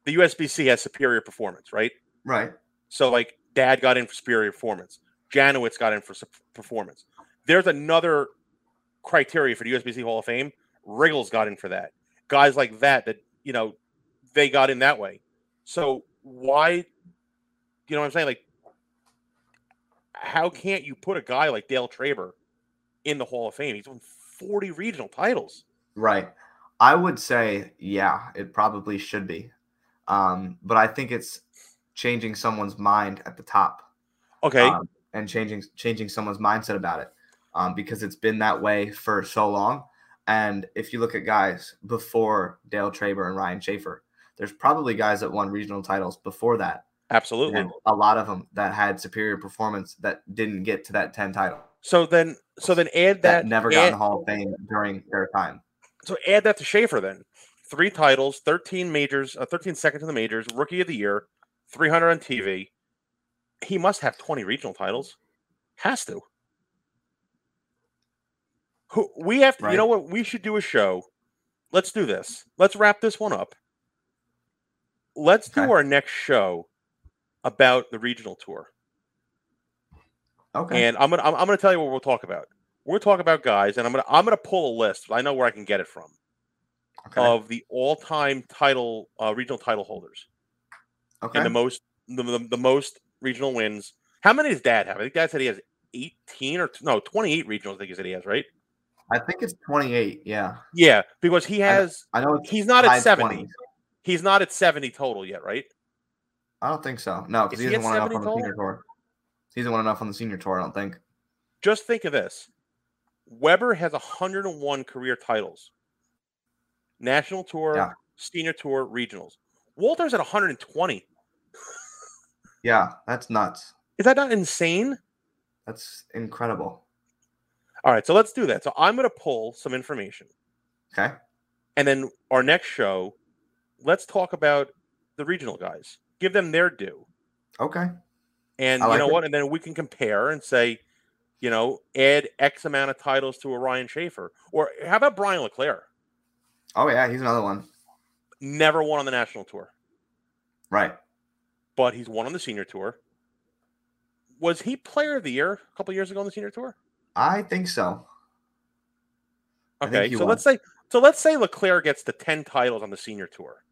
Speaker 2: the usbc has superior performance right
Speaker 1: right
Speaker 2: so like dad got in for superior performance janowitz got in for su- performance there's another criteria for the usbc hall of fame wriggles got in for that guys like that that you know they got in that way So why, you know what I'm saying? Like, how can't you put a guy like Dale Traber in the Hall of Fame? He's won 40 regional titles.
Speaker 1: Right. I would say, yeah, it probably should be. Um, but I think it's changing someone's mind at the top.
Speaker 2: Okay.
Speaker 1: um, and changing changing someone's mindset about it um, because it's been that way for so long. And if you look at guys before Dale Traber and Ryan Schaefer, there's probably guys that won regional titles before that.
Speaker 2: Absolutely.
Speaker 1: And a lot of them that had superior performance that didn't get to that 10 title
Speaker 2: So then, so then
Speaker 1: that
Speaker 2: add that.
Speaker 1: never got in
Speaker 2: add,
Speaker 1: the Hall of Fame during their time.
Speaker 2: So add that to Schaefer then. Three titles, 13 majors, uh, 13 seconds in the majors, rookie of the year, 300 on TV. He must have 20 regional titles. Has to. Who we have to, you know what? We should do a show. Let's do this. Let's wrap this one up. Let's
Speaker 1: Okay.
Speaker 2: do our next show about the regional tour.
Speaker 1: Okay.
Speaker 2: And I'm gonna I'm, I'm gonna tell you what we'll talk about. We'll talk about guys, and I'm gonna I'm gonna pull a list. I know where I can get it from
Speaker 1: okay.
Speaker 2: of the all-time title uh, regional title holders
Speaker 1: okay.
Speaker 2: and the most the, the, the most regional wins. How many does Dad have? I think Dad said he has 18 or no 28 regionals. I think he said he has right.
Speaker 1: I think it's 28. Yeah.
Speaker 2: Yeah, because he has
Speaker 1: I know it's
Speaker 2: he's not
Speaker 1: high
Speaker 2: at 70.
Speaker 1: 20s.
Speaker 2: He's not at 70 total yet, right?
Speaker 1: I don't think so. No, because
Speaker 2: Is
Speaker 1: he
Speaker 2: he
Speaker 1: hasn't
Speaker 2: at
Speaker 1: won enough
Speaker 2: 70
Speaker 1: on the
Speaker 2: total?
Speaker 1: senior tour. He hasn't won enough on the senior tour, I don't think.
Speaker 2: Just think of this: Weber has 101 career titles, national tour,
Speaker 1: Yeah.
Speaker 2: senior tour, regionals. Walter's at 120.
Speaker 1: Yeah, that's nuts.
Speaker 2: Is that not insane?
Speaker 1: That's incredible.
Speaker 2: All right, so let's do that. So I'm going to pull some information.
Speaker 1: Okay.
Speaker 2: And then our next show, let's talk about the regional guys. Give them their due.
Speaker 1: Okay.
Speaker 2: And
Speaker 1: I
Speaker 2: you
Speaker 1: like
Speaker 2: know
Speaker 1: it.
Speaker 2: what? And then we can compare and say, you know, add X amount of titles to a Ryan Schaefer. Or how about Brian LeClaire?
Speaker 1: Oh yeah, he's another one.
Speaker 2: Never won on the national tour,
Speaker 1: Right.
Speaker 2: but he's won on the senior tour. Was he player of the year a couple years ago on the senior tour?
Speaker 1: I think so. I think
Speaker 2: Okay.
Speaker 1: he
Speaker 2: So let's say so let's say LeClaire gets to 10 titles on the senior tour.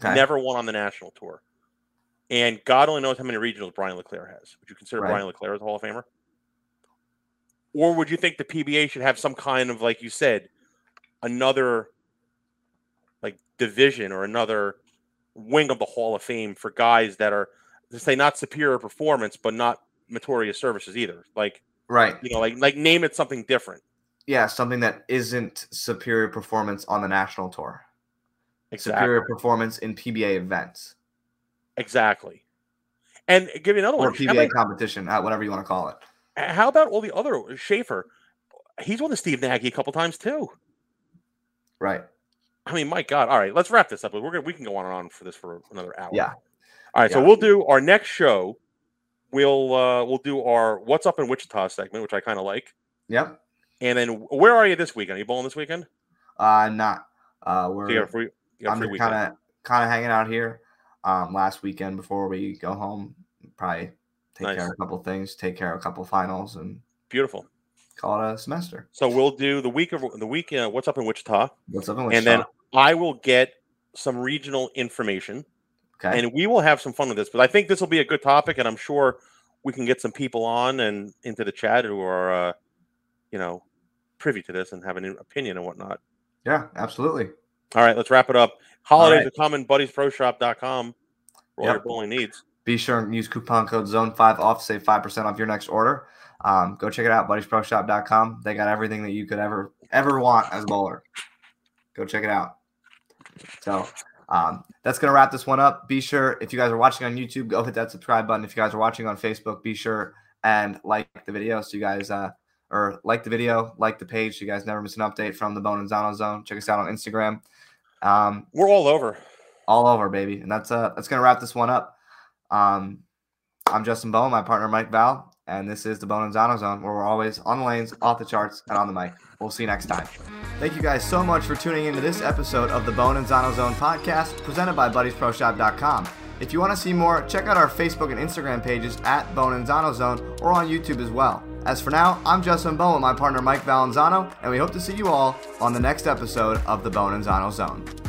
Speaker 1: Okay.
Speaker 2: never won on the national tour. And God only knows how many regionals Brian LeClaire has. Would you consider
Speaker 1: Right.
Speaker 2: Brian LeClaire as a Hall of Famer? Or would you think the PBA should have some kind of, like you said, another like division or another wing of the Hall of Fame for guys that are to say not superior performance, but not meritorious services either. Like,
Speaker 1: Right.
Speaker 2: you know, like like name it something different.
Speaker 1: Yeah, something that isn't superior performance on the national tour.
Speaker 2: Exactly.
Speaker 1: Superior performance in PBA events
Speaker 2: Exactly. And give you another
Speaker 1: or
Speaker 2: one. How about-
Speaker 1: PBA competition, uh, whatever you want to call it.
Speaker 2: How about all the other uh, Schaefer? He's won the Steve Nagy a couple times too.
Speaker 1: Right.
Speaker 2: I mean, my God! All right, let's wrap this up. We're gonna we can go on and on for this for another hour.
Speaker 1: Yeah.
Speaker 2: All right, so
Speaker 1: Yeah.
Speaker 2: we'll do our next show. We'll uh, we'll do our what's up in Wichita segment, which I kind of like.
Speaker 1: Yep.
Speaker 2: And then where are you this weekend? Are you bowling this weekend?
Speaker 1: Uh not. Uh
Speaker 2: So
Speaker 1: we're
Speaker 2: you got a free, you got a
Speaker 1: I'm
Speaker 2: free
Speaker 1: just
Speaker 2: weekend.
Speaker 1: kind of kind of hanging out here. Um, last weekend before we go home, probably take
Speaker 2: Nice.
Speaker 1: care of a couple things, take care of a couple finals, and
Speaker 2: Beautiful.
Speaker 1: call it a semester.
Speaker 2: So we'll do the week of the week. Uh, what's up in Wichita?
Speaker 1: What's up in
Speaker 2: And then
Speaker 1: Wichita?
Speaker 2: I will get some regional information.
Speaker 1: okay,
Speaker 2: and we will have some fun with this. But I think this will be a good topic, and I'm sure we can get some people on and into the chat who are, uh, you know, privy to this and have an opinion and whatnot.
Speaker 1: yeah, absolutely.
Speaker 2: All right, let's wrap it up. Holidays
Speaker 1: right.
Speaker 2: are coming. BuddiesProShop.com for all your
Speaker 1: Yep.
Speaker 2: bowling needs.
Speaker 1: Be sure and use coupon code Zone Five Off to save five percent off your next order. Um, go check it out, buddiesproshop.com. They got everything that you could ever ever want as a bowler. Go check it out. So um, that's gonna wrap this one up. Be sure if you guys are watching on YouTube, go hit that subscribe button. If you guys are watching on Facebook, be sure and like the video so you guys uh, or like the video, like the page, so you guys never miss an update from the Bone and Zano Zone. Check us out on Instagram. Um,
Speaker 2: We're all over.
Speaker 1: all over, baby. And that's uh that's gonna wrap this one up. Um, I'm Justin Bowen, my partner Mike Val, and this is the Bone and Zano Zone, where we're always on the lanes, off the charts, and on the mic. We'll see you next time. Thank you guys so much for tuning into this episode of the Bone and Zano Zone podcast, presented by BuddiesProShop.com. If you want to see more, check out our Facebook and Instagram pages at Bone and Zano Zone or on YouTube as well. As for now, I'm Justin Bowen, my partner Mike Valenzano, and we hope to see you all on the next episode of the Bone and Zano Zone.